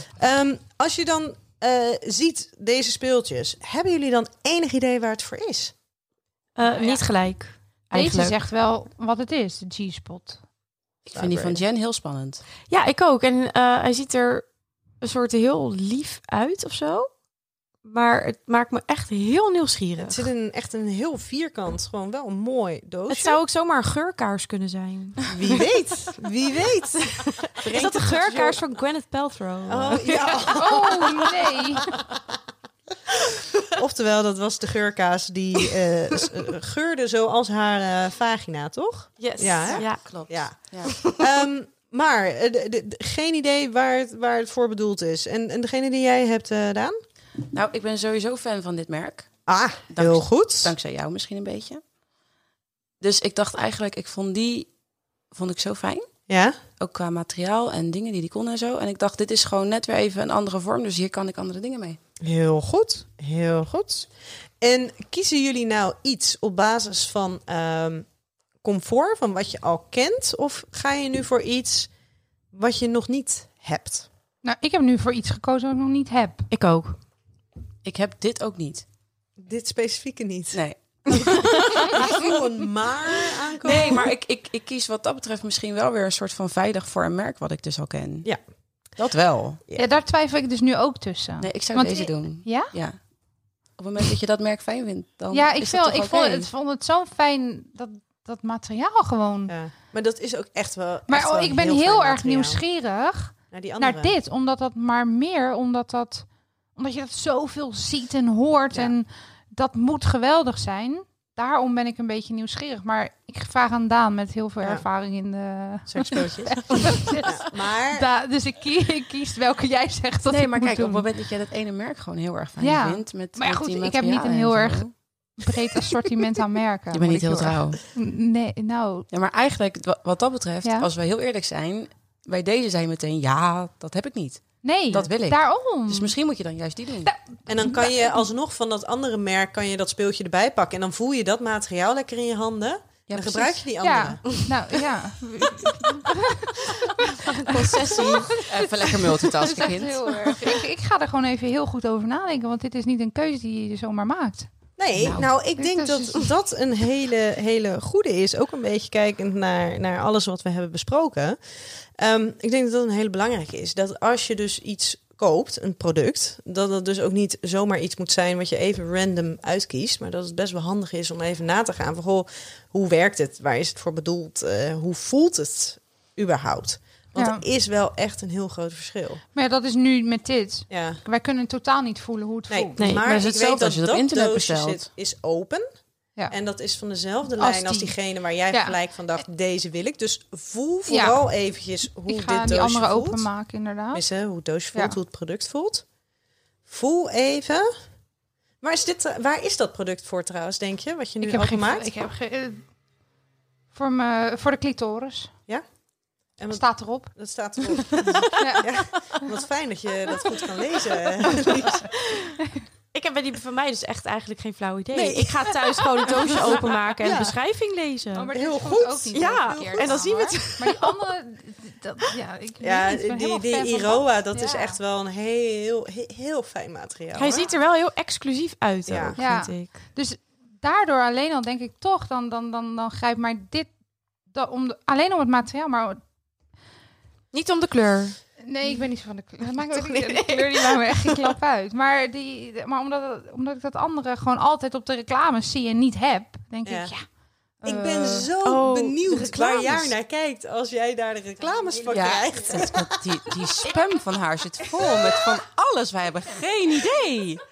Speaker 5: Ehm, als je dan eh, ziet deze speeltjes, hebben jullie dan enig idee waar het voor is?
Speaker 8: Eh,
Speaker 6: Nou
Speaker 7: ja.
Speaker 8: Niet gelijk.
Speaker 7: Deze
Speaker 8: Eigenlijk.
Speaker 7: zegt wel wat het is, de G-spot.
Speaker 6: Ik vind die van Jen heel spannend.
Speaker 8: Ja, ik ook. En eh, hij ziet er een soort heel lief uit of zo. Maar het maakt me echt heel nieuwsgierig.
Speaker 5: Het zit in echt een heel vierkant, gewoon wel een mooi doosje.
Speaker 8: Het zou ook zomaar een geurkaars kunnen zijn.
Speaker 5: Wie weet, wie weet.
Speaker 8: *laughs* Is dat de geurkaars van Gwyneth Paltrow?
Speaker 5: *laughs* Oh, ja.
Speaker 7: Oh nee.
Speaker 5: Oftewel, dat was de geurkaas die eh, s- eh, geurde zoals haar eh, vagina, toch?
Speaker 8: yes.
Speaker 5: ja, hè?
Speaker 8: ja.
Speaker 6: Klopt.
Speaker 5: Ja.
Speaker 6: Ja.
Speaker 5: Ehm, maar eh, de- de- de- geen idee waar het, waar het voor bedoeld is. En, en degene die jij hebt, eh Daan?
Speaker 6: Nou, ik ben sowieso fan van dit merk.
Speaker 5: Ah, heel goed.
Speaker 6: Dankzij jou misschien een beetje. Dus ik dacht eigenlijk, ik vond die vond ik zo fijn.
Speaker 5: Ja?
Speaker 6: Ook qua materiaal en dingen die die kon en zo. En ik dacht, dit is gewoon net weer even een andere vorm. Dus hier kan ik andere dingen mee.
Speaker 5: Heel goed, heel goed. En kiezen jullie nou iets op basis van ehm, comfort, van wat je al kent, of ga je nu voor iets wat je nog niet hebt?
Speaker 7: Nou, ik heb nu voor iets gekozen wat ik nog niet heb.
Speaker 8: Ik *laughs* ook.
Speaker 6: Ik heb dit ook niet.
Speaker 5: Dit specifieke niet.
Speaker 6: Nee.
Speaker 5: *laughs* Ik voel een maar aankomen.
Speaker 6: Nee, maar ik, ik, ik kies wat dat betreft misschien wel weer een soort van veilig voor een merk wat ik dus al ken.
Speaker 5: Ja.
Speaker 6: Dat wel.
Speaker 5: Ja.
Speaker 7: Ja, daar twijfel ik dus nu ook tussen.
Speaker 6: Nee, ik zou
Speaker 7: Want
Speaker 6: deze
Speaker 7: ik-
Speaker 6: doen.
Speaker 7: Ja?
Speaker 6: Ja. Op het moment dat je dat merk fijn vindt, dan
Speaker 7: Ja, ik,
Speaker 6: is dat
Speaker 7: wil,
Speaker 6: toch
Speaker 7: ik
Speaker 6: oké?
Speaker 7: vond, het, vond het zo fijn, dat, dat materiaal gewoon.
Speaker 5: Ja. Maar dat is ook echt wel. echt
Speaker 7: maar
Speaker 5: wel
Speaker 7: oh, ik ben heel,
Speaker 5: fijn
Speaker 7: erg
Speaker 5: materiaal.
Speaker 7: nieuwsgierig
Speaker 5: naar, die
Speaker 7: naar
Speaker 5: andere.
Speaker 7: dit. Omdat dat maar meer, omdat dat omdat je dat zoveel ziet en hoort.
Speaker 6: Ja.
Speaker 7: En dat moet geweldig zijn. Daarom ben ik een beetje nieuwsgierig. Maar ik vraag aan Daan met heel veel
Speaker 5: Ja.
Speaker 7: ervaring in de...
Speaker 5: Seksspeeltjes.
Speaker 7: *laughs*
Speaker 5: Ja, maar
Speaker 7: Da- dus ik, kie- ik kies welke jij zegt dat
Speaker 6: nee,
Speaker 7: ik
Speaker 6: maar
Speaker 7: moet
Speaker 6: kijk, op
Speaker 7: doen.
Speaker 6: het moment dat je dat ene merk gewoon heel erg fijn
Speaker 7: Ja.
Speaker 6: vindt. Met,
Speaker 7: Maar ja,
Speaker 6: met
Speaker 7: goed,
Speaker 6: die
Speaker 7: ik heb niet
Speaker 6: materialen
Speaker 7: een heel
Speaker 6: en
Speaker 7: erg-
Speaker 6: zo.
Speaker 7: breed assortiment aan merken.
Speaker 6: *laughs* Je
Speaker 7: moet
Speaker 6: bent niet
Speaker 7: ik
Speaker 6: heel trouw.
Speaker 7: Nee, nou,
Speaker 6: Ja, maar eigenlijk, wa- wat dat betreft,
Speaker 7: Ja.
Speaker 6: als we heel eerlijk zijn, bij deze zijn meteen, ja, dat heb ik niet.
Speaker 7: nee.
Speaker 6: Dat wil ik.
Speaker 7: Daarom.
Speaker 6: Dus misschien moet je dan juist die
Speaker 7: *laughs*
Speaker 6: doen.
Speaker 5: En dan kan je alsnog van dat andere merk kan je dat speeltje erbij pakken. En dan voel je dat materiaal lekker in je handen. dan
Speaker 6: Ja, precies.
Speaker 5: gebruik je die andere.
Speaker 7: ja, nou
Speaker 6: *laughs*
Speaker 7: ja.
Speaker 9: Concessie. Even lekker multitasken,
Speaker 7: Dat
Speaker 6: *laughs*
Speaker 7: is echt
Speaker 9: kind.
Speaker 7: heel erg. Ik, ik ga er gewoon even heel goed over nadenken, want dit is niet een keuze die je zomaar maakt.
Speaker 5: Nee, nou,
Speaker 6: Nou,
Speaker 5: ik
Speaker 7: dit
Speaker 5: denk
Speaker 7: is
Speaker 5: dat
Speaker 7: dus-
Speaker 5: dat een hele, hele goede is. Ook een beetje kijkend naar, naar alles wat we hebben besproken. Ehm, ik denk dat dat een hele belangrijke is. Dat als je dus iets koopt, een product, dat dat dus ook niet zomaar iets moet zijn wat je even random uitkiest. Maar dat het best wel handig is om even na te gaan van, goh, hoe werkt het? Waar is het voor bedoeld? Eh, hoe voelt het überhaupt? Want
Speaker 7: Ja.
Speaker 5: er is wel echt een heel groot verschil.
Speaker 7: Maar ja, dat is nu met dit.
Speaker 5: Ja.
Speaker 7: Wij kunnen totaal niet voelen hoe het
Speaker 5: Nee,
Speaker 7: voelt.
Speaker 6: Nee,
Speaker 5: maar,
Speaker 6: maar het is
Speaker 5: ik weet
Speaker 6: hetzelfde
Speaker 5: dat
Speaker 6: als je het
Speaker 5: dat
Speaker 6: op internet
Speaker 5: doosje
Speaker 6: bestelt.
Speaker 5: zit, is open.
Speaker 7: Ja.
Speaker 5: En dat is van dezelfde
Speaker 7: Als
Speaker 5: lijn als
Speaker 7: die.
Speaker 5: diegene waar jij
Speaker 7: Ja. Eh,
Speaker 5: gelijk van dacht, deze wil ik. Dus voel
Speaker 7: Ja.
Speaker 5: vooral eventjes hoe
Speaker 7: Ik ga
Speaker 5: dit
Speaker 7: die
Speaker 5: doosje
Speaker 7: andere
Speaker 5: voelt.
Speaker 7: openmaken, inderdaad.
Speaker 5: Tenminste, hoe het doosje voelt,
Speaker 7: Ja.
Speaker 5: hoe het product voelt. Voel even. Waar is, dit, eh, waar is dat product voor trouwens, denk je? Wat je nu
Speaker 7: Ik heb geen
Speaker 5: openmaakt?
Speaker 7: Ik heb geen- eh, voor, me, voor de clitoris.
Speaker 5: En wat,
Speaker 7: Staat erop.
Speaker 5: dat staat
Speaker 7: *laughs*
Speaker 5: erop.
Speaker 7: Ja.
Speaker 5: *laughs* ja, wat fijn dat je dat goed
Speaker 7: *laughs*
Speaker 5: kan *laughs* lezen.
Speaker 8: Ik heb bij die van mij dus echt eigenlijk geen flauw idee.
Speaker 5: Nee.
Speaker 8: Ik ga thuis gewoon een doosje openmaken en
Speaker 5: Ja.
Speaker 8: de beschrijving lezen.
Speaker 7: Oh, maar
Speaker 5: Heel
Speaker 7: dit voelt
Speaker 5: goed.
Speaker 7: Ook niet
Speaker 8: Ja,
Speaker 7: heel verkeerd
Speaker 8: en dan zien we het.
Speaker 7: hoor. Maar die andere, dat, ja, ik,
Speaker 5: Ja,
Speaker 7: weet niet, ik ben
Speaker 5: die,
Speaker 7: helemaal
Speaker 5: die
Speaker 7: fan van
Speaker 5: Iroa, dat is
Speaker 7: Ja.
Speaker 5: echt wel een heel, heel, heel fijn materiaal.
Speaker 8: Hij
Speaker 5: hoor.
Speaker 8: ziet er wel heel exclusief uit,
Speaker 5: Ja.
Speaker 8: ook,
Speaker 7: Ja.
Speaker 8: vind ik.
Speaker 7: Dus daardoor alleen al denk ik toch, dan, dan, dan, dan grijp maar dit. dat om de- alleen om het materiaal, maar
Speaker 8: Niet om de kleur.
Speaker 7: nee, ik ben niet zo van de
Speaker 5: *laughs*
Speaker 7: kleur. Dat maakt ook niet. De kleur die maakt me echt geen klap uit. Maar, die, maar omdat, omdat ik dat andere gewoon altijd op de reclames zie en niet heb, denk
Speaker 5: Ja.
Speaker 7: ik ja.
Speaker 5: Ik
Speaker 7: eh,
Speaker 5: ben zo
Speaker 8: oh, de
Speaker 5: benieuwd
Speaker 8: reclames.
Speaker 5: waar jij naar kijkt als jij daar de reclames van
Speaker 9: Ja,
Speaker 5: krijgt.
Speaker 9: het is wat- die, die spam van haar zit vol met van alles. Wij hebben geen idee.
Speaker 5: Ik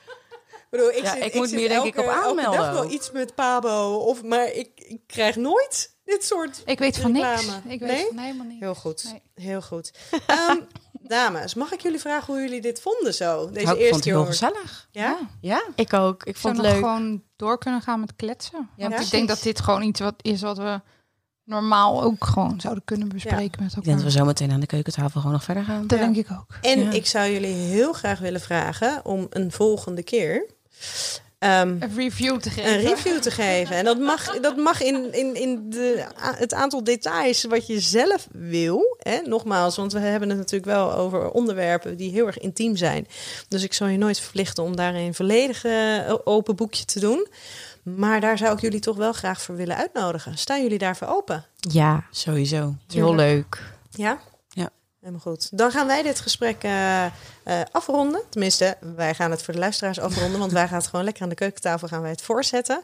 Speaker 5: bedoel, ik,
Speaker 9: Ja,
Speaker 5: zit,
Speaker 9: ik moet
Speaker 5: zit
Speaker 9: me hier denk ik
Speaker 5: elke-
Speaker 9: op aanmelden
Speaker 5: elke dag wel
Speaker 9: ook.
Speaker 5: iets met Pabo, of, maar ik, ik krijg nooit dit soort...
Speaker 7: Ik weet van niks.
Speaker 5: Reclame.
Speaker 7: Ik weet
Speaker 5: Nee?
Speaker 7: van helemaal niks.
Speaker 5: Heel goed,
Speaker 7: Nee.
Speaker 5: heel goed. *laughs* Ehm, dames, mag ik jullie vragen hoe jullie dit vonden zo? Deze
Speaker 9: Nou, ik
Speaker 5: eerste
Speaker 9: vond het
Speaker 5: keer.
Speaker 9: heel
Speaker 5: hoor.
Speaker 9: gezellig.
Speaker 5: Ja?
Speaker 9: Ja,
Speaker 8: Ik ook. Ik
Speaker 7: Ik zou
Speaker 8: vond
Speaker 7: nog
Speaker 8: het leuk.
Speaker 7: gewoon door kunnen gaan met kletsen. want ik
Speaker 5: precies.
Speaker 7: denk dat dit gewoon iets wat is wat we normaal ook gewoon zouden kunnen bespreken met
Speaker 3: Ik denk dat
Speaker 7: elkaar.
Speaker 3: we zo meteen aan de keukentafel gewoon nog verder gaan.
Speaker 7: Dat
Speaker 5: Ja.
Speaker 7: denk ik ook.
Speaker 5: En
Speaker 3: Ja.
Speaker 5: ik zou jullie heel graag willen vragen om een volgende keer ehm,
Speaker 7: Een review te geven.
Speaker 5: een review te geven. En dat mag, dat mag in, in, in de, a- het aantal details wat je zelf wil. Hè? Nogmaals, want we hebben het natuurlijk wel over onderwerpen die heel erg intiem zijn. Dus ik zou je nooit verplichten om daar een volledig eh, open boekje te doen. Maar daar zou ik jullie toch wel graag voor willen uitnodigen. Staan jullie daarvoor open?
Speaker 8: Ja,
Speaker 3: Sowieso.
Speaker 8: heel leuk.
Speaker 5: Ja?
Speaker 3: Ja.
Speaker 5: Helemaal goed. Dan gaan wij dit gesprek eh, eh, afronden. Tenminste, wij gaan het voor de luisteraars afronden. want wij gaan het gewoon lekker aan de keukentafel gaan wij het voorzetten.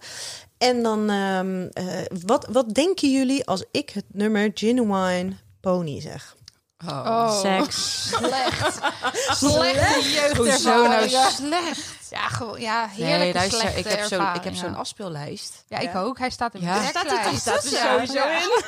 Speaker 5: En dan, ehm, eh, wat, wat denken jullie als ik het nummer Genuine Pony zeg?
Speaker 7: Oh,
Speaker 5: *laughs*
Speaker 8: Seks.
Speaker 7: Slecht. Slechte
Speaker 11: Hoezo nou
Speaker 7: jeugdervaring.
Speaker 11: slecht?
Speaker 7: Ja, gewoon, ja, heerlijke
Speaker 11: Nee, luister,
Speaker 7: slechte
Speaker 11: ik heb zo'n
Speaker 7: ervaring,
Speaker 11: ik heb
Speaker 7: ja.
Speaker 11: zo'n afspeellijst.
Speaker 7: Ja, ik ook. Hij staat in
Speaker 11: Ja.
Speaker 7: de
Speaker 11: Hij
Speaker 7: treklijst.
Speaker 11: staat er sowieso
Speaker 7: in.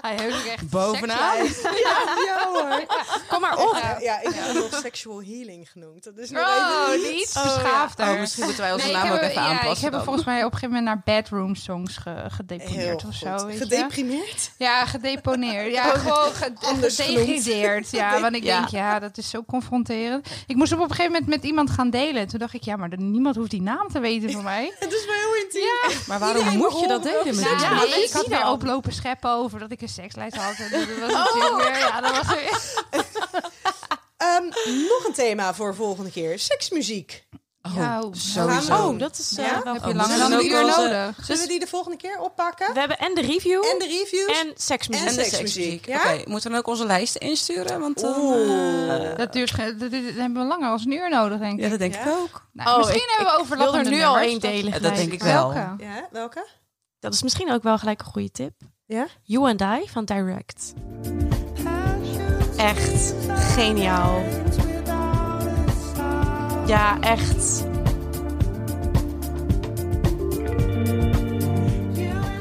Speaker 7: Hij heeft ook echt
Speaker 11: Bovenaan.
Speaker 7: sekslijst.
Speaker 5: Ja hoor.
Speaker 8: Kom maar op.
Speaker 5: Ja, ja, ik heb hem nog sexual healing genoemd. Dat is nog
Speaker 7: Oh,
Speaker 5: even
Speaker 7: die
Speaker 5: niet.
Speaker 7: iets beschaafder.
Speaker 11: Oh, misschien moeten wij onze
Speaker 7: Nee, ik
Speaker 11: naam
Speaker 7: heb
Speaker 11: ook
Speaker 7: hem-
Speaker 11: even
Speaker 7: ja,
Speaker 11: aanpassen.
Speaker 7: Ik heb hem
Speaker 11: dan.
Speaker 7: volgens mij op een gegeven moment naar bedroom songs ge- gedeponeerd of zo. weet je.
Speaker 5: Gedeprimeerd?
Speaker 7: Ja, gedeponeerd. Ja, gewoon ge-
Speaker 5: Anders
Speaker 7: gedegradeerd. Ja, want ik
Speaker 11: Ja.
Speaker 7: denk, ja, dat is zo confronterend. Ik moest op een gegeven moment met iemand gaan delen. Toen dacht ik, ja, maar de- niemand hoeft die naam te weten van mij.
Speaker 5: Het is wel heel intiem.
Speaker 11: Maar waarom moet je dat delen met
Speaker 7: Ja,
Speaker 11: ja.
Speaker 7: maar ik had weer oplopen scheppen over dat ik een sekslijst had. En dat was natuurlijk weer, ja, dat was weer...
Speaker 5: Ehm, nog een thema voor volgende keer. Seksmuziek.
Speaker 7: Ja, oh,
Speaker 11: Sowieso.
Speaker 5: Gaan we-
Speaker 8: Oh, dat is eh,
Speaker 5: Ja?
Speaker 8: wel
Speaker 7: Heb je
Speaker 8: goed.
Speaker 7: langer dan
Speaker 8: Dus
Speaker 7: een uur
Speaker 8: ook wel, eh,
Speaker 7: nodig?
Speaker 5: Zullen we die de volgende keer oppakken?
Speaker 8: We hebben en de review
Speaker 5: En de reviews?
Speaker 8: en seksmuziek.
Speaker 5: en
Speaker 3: de
Speaker 5: seksmuziek, ja?
Speaker 3: Oké, moeten we dan ook onze lijst insturen? Want dan, eh,
Speaker 7: Dat duurt, ge- dat, dat hebben we langer als een uur nodig, denk ik.
Speaker 3: ja, dat denk ik ook.
Speaker 7: Nou,
Speaker 8: Oh,
Speaker 7: misschien
Speaker 8: ik-
Speaker 7: hebben we
Speaker 8: Ik wil
Speaker 7: overlappende
Speaker 8: er nu al
Speaker 7: nummers,
Speaker 8: één delen.
Speaker 3: Dat
Speaker 8: gelijk.
Speaker 3: denk ik wel.
Speaker 7: Welke?
Speaker 5: Ja, welke?
Speaker 8: Dat is misschien ook wel gelijk een goede tip.
Speaker 5: Ja?
Speaker 8: You and I van Direct. Echt geniaal. Ja, echt.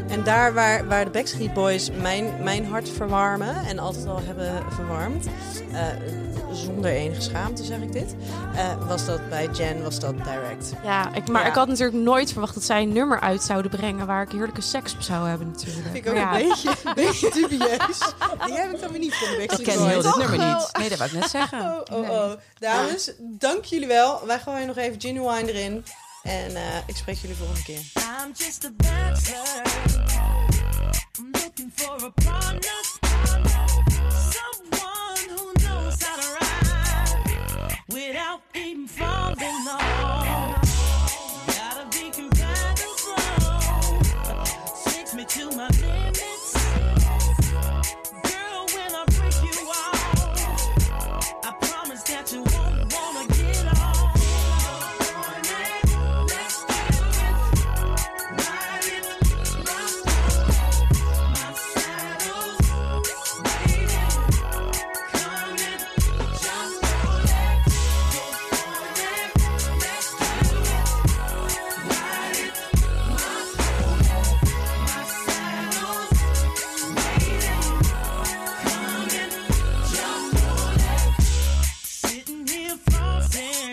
Speaker 5: En daar waar, waar de Backstreet Boys mijn, mijn hart verwarmen en altijd al hebben verwarmd, eh, zonder enige schaamte zeg ik dit, eh, was dat bij Jen, was dat direct.
Speaker 8: Ja, ik, maar
Speaker 5: Ja.
Speaker 8: ik had natuurlijk nooit verwacht dat zij een nummer uit zouden brengen waar ik heerlijke seks op zou hebben natuurlijk.
Speaker 5: Vind ik ook
Speaker 8: Maar ja,
Speaker 5: een beetje, een beetje dubieus. Jij bent dan weer niet van de
Speaker 11: Ik
Speaker 5: Backstreet
Speaker 11: ken heel
Speaker 5: Boys.
Speaker 11: dit nummer niet. Nee, dat wou ik net zeggen.
Speaker 5: Oh, oh, oh. Dames, dank jullie wel. Wij gooien nog even Genuine erin. En eh, ik spreek jullie volgende keer.
Speaker 6: I'm just a bachelor. I'm looking for a partner. Someone who knows how to ride without even falling off. Gotta be compatible. Takes me to my limits. Girl, when I break you off, I promise that you won't wanna get off. Let's do it. Sitting here frozen,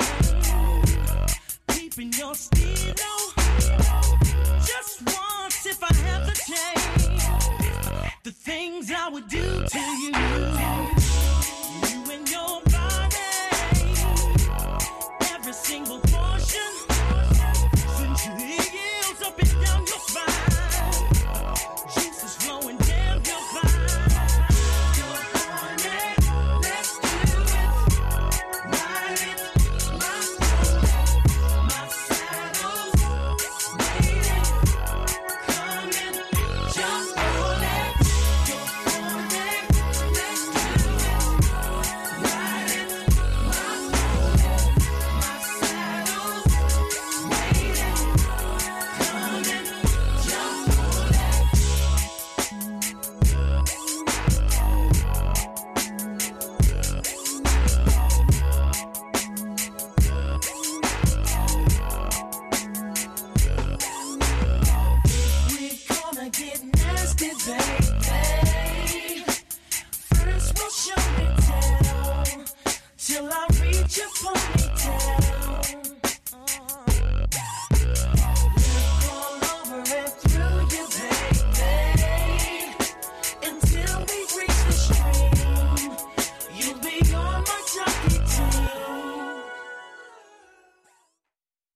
Speaker 6: peeping your Steelo just once if I have the chance. The things I would do to you.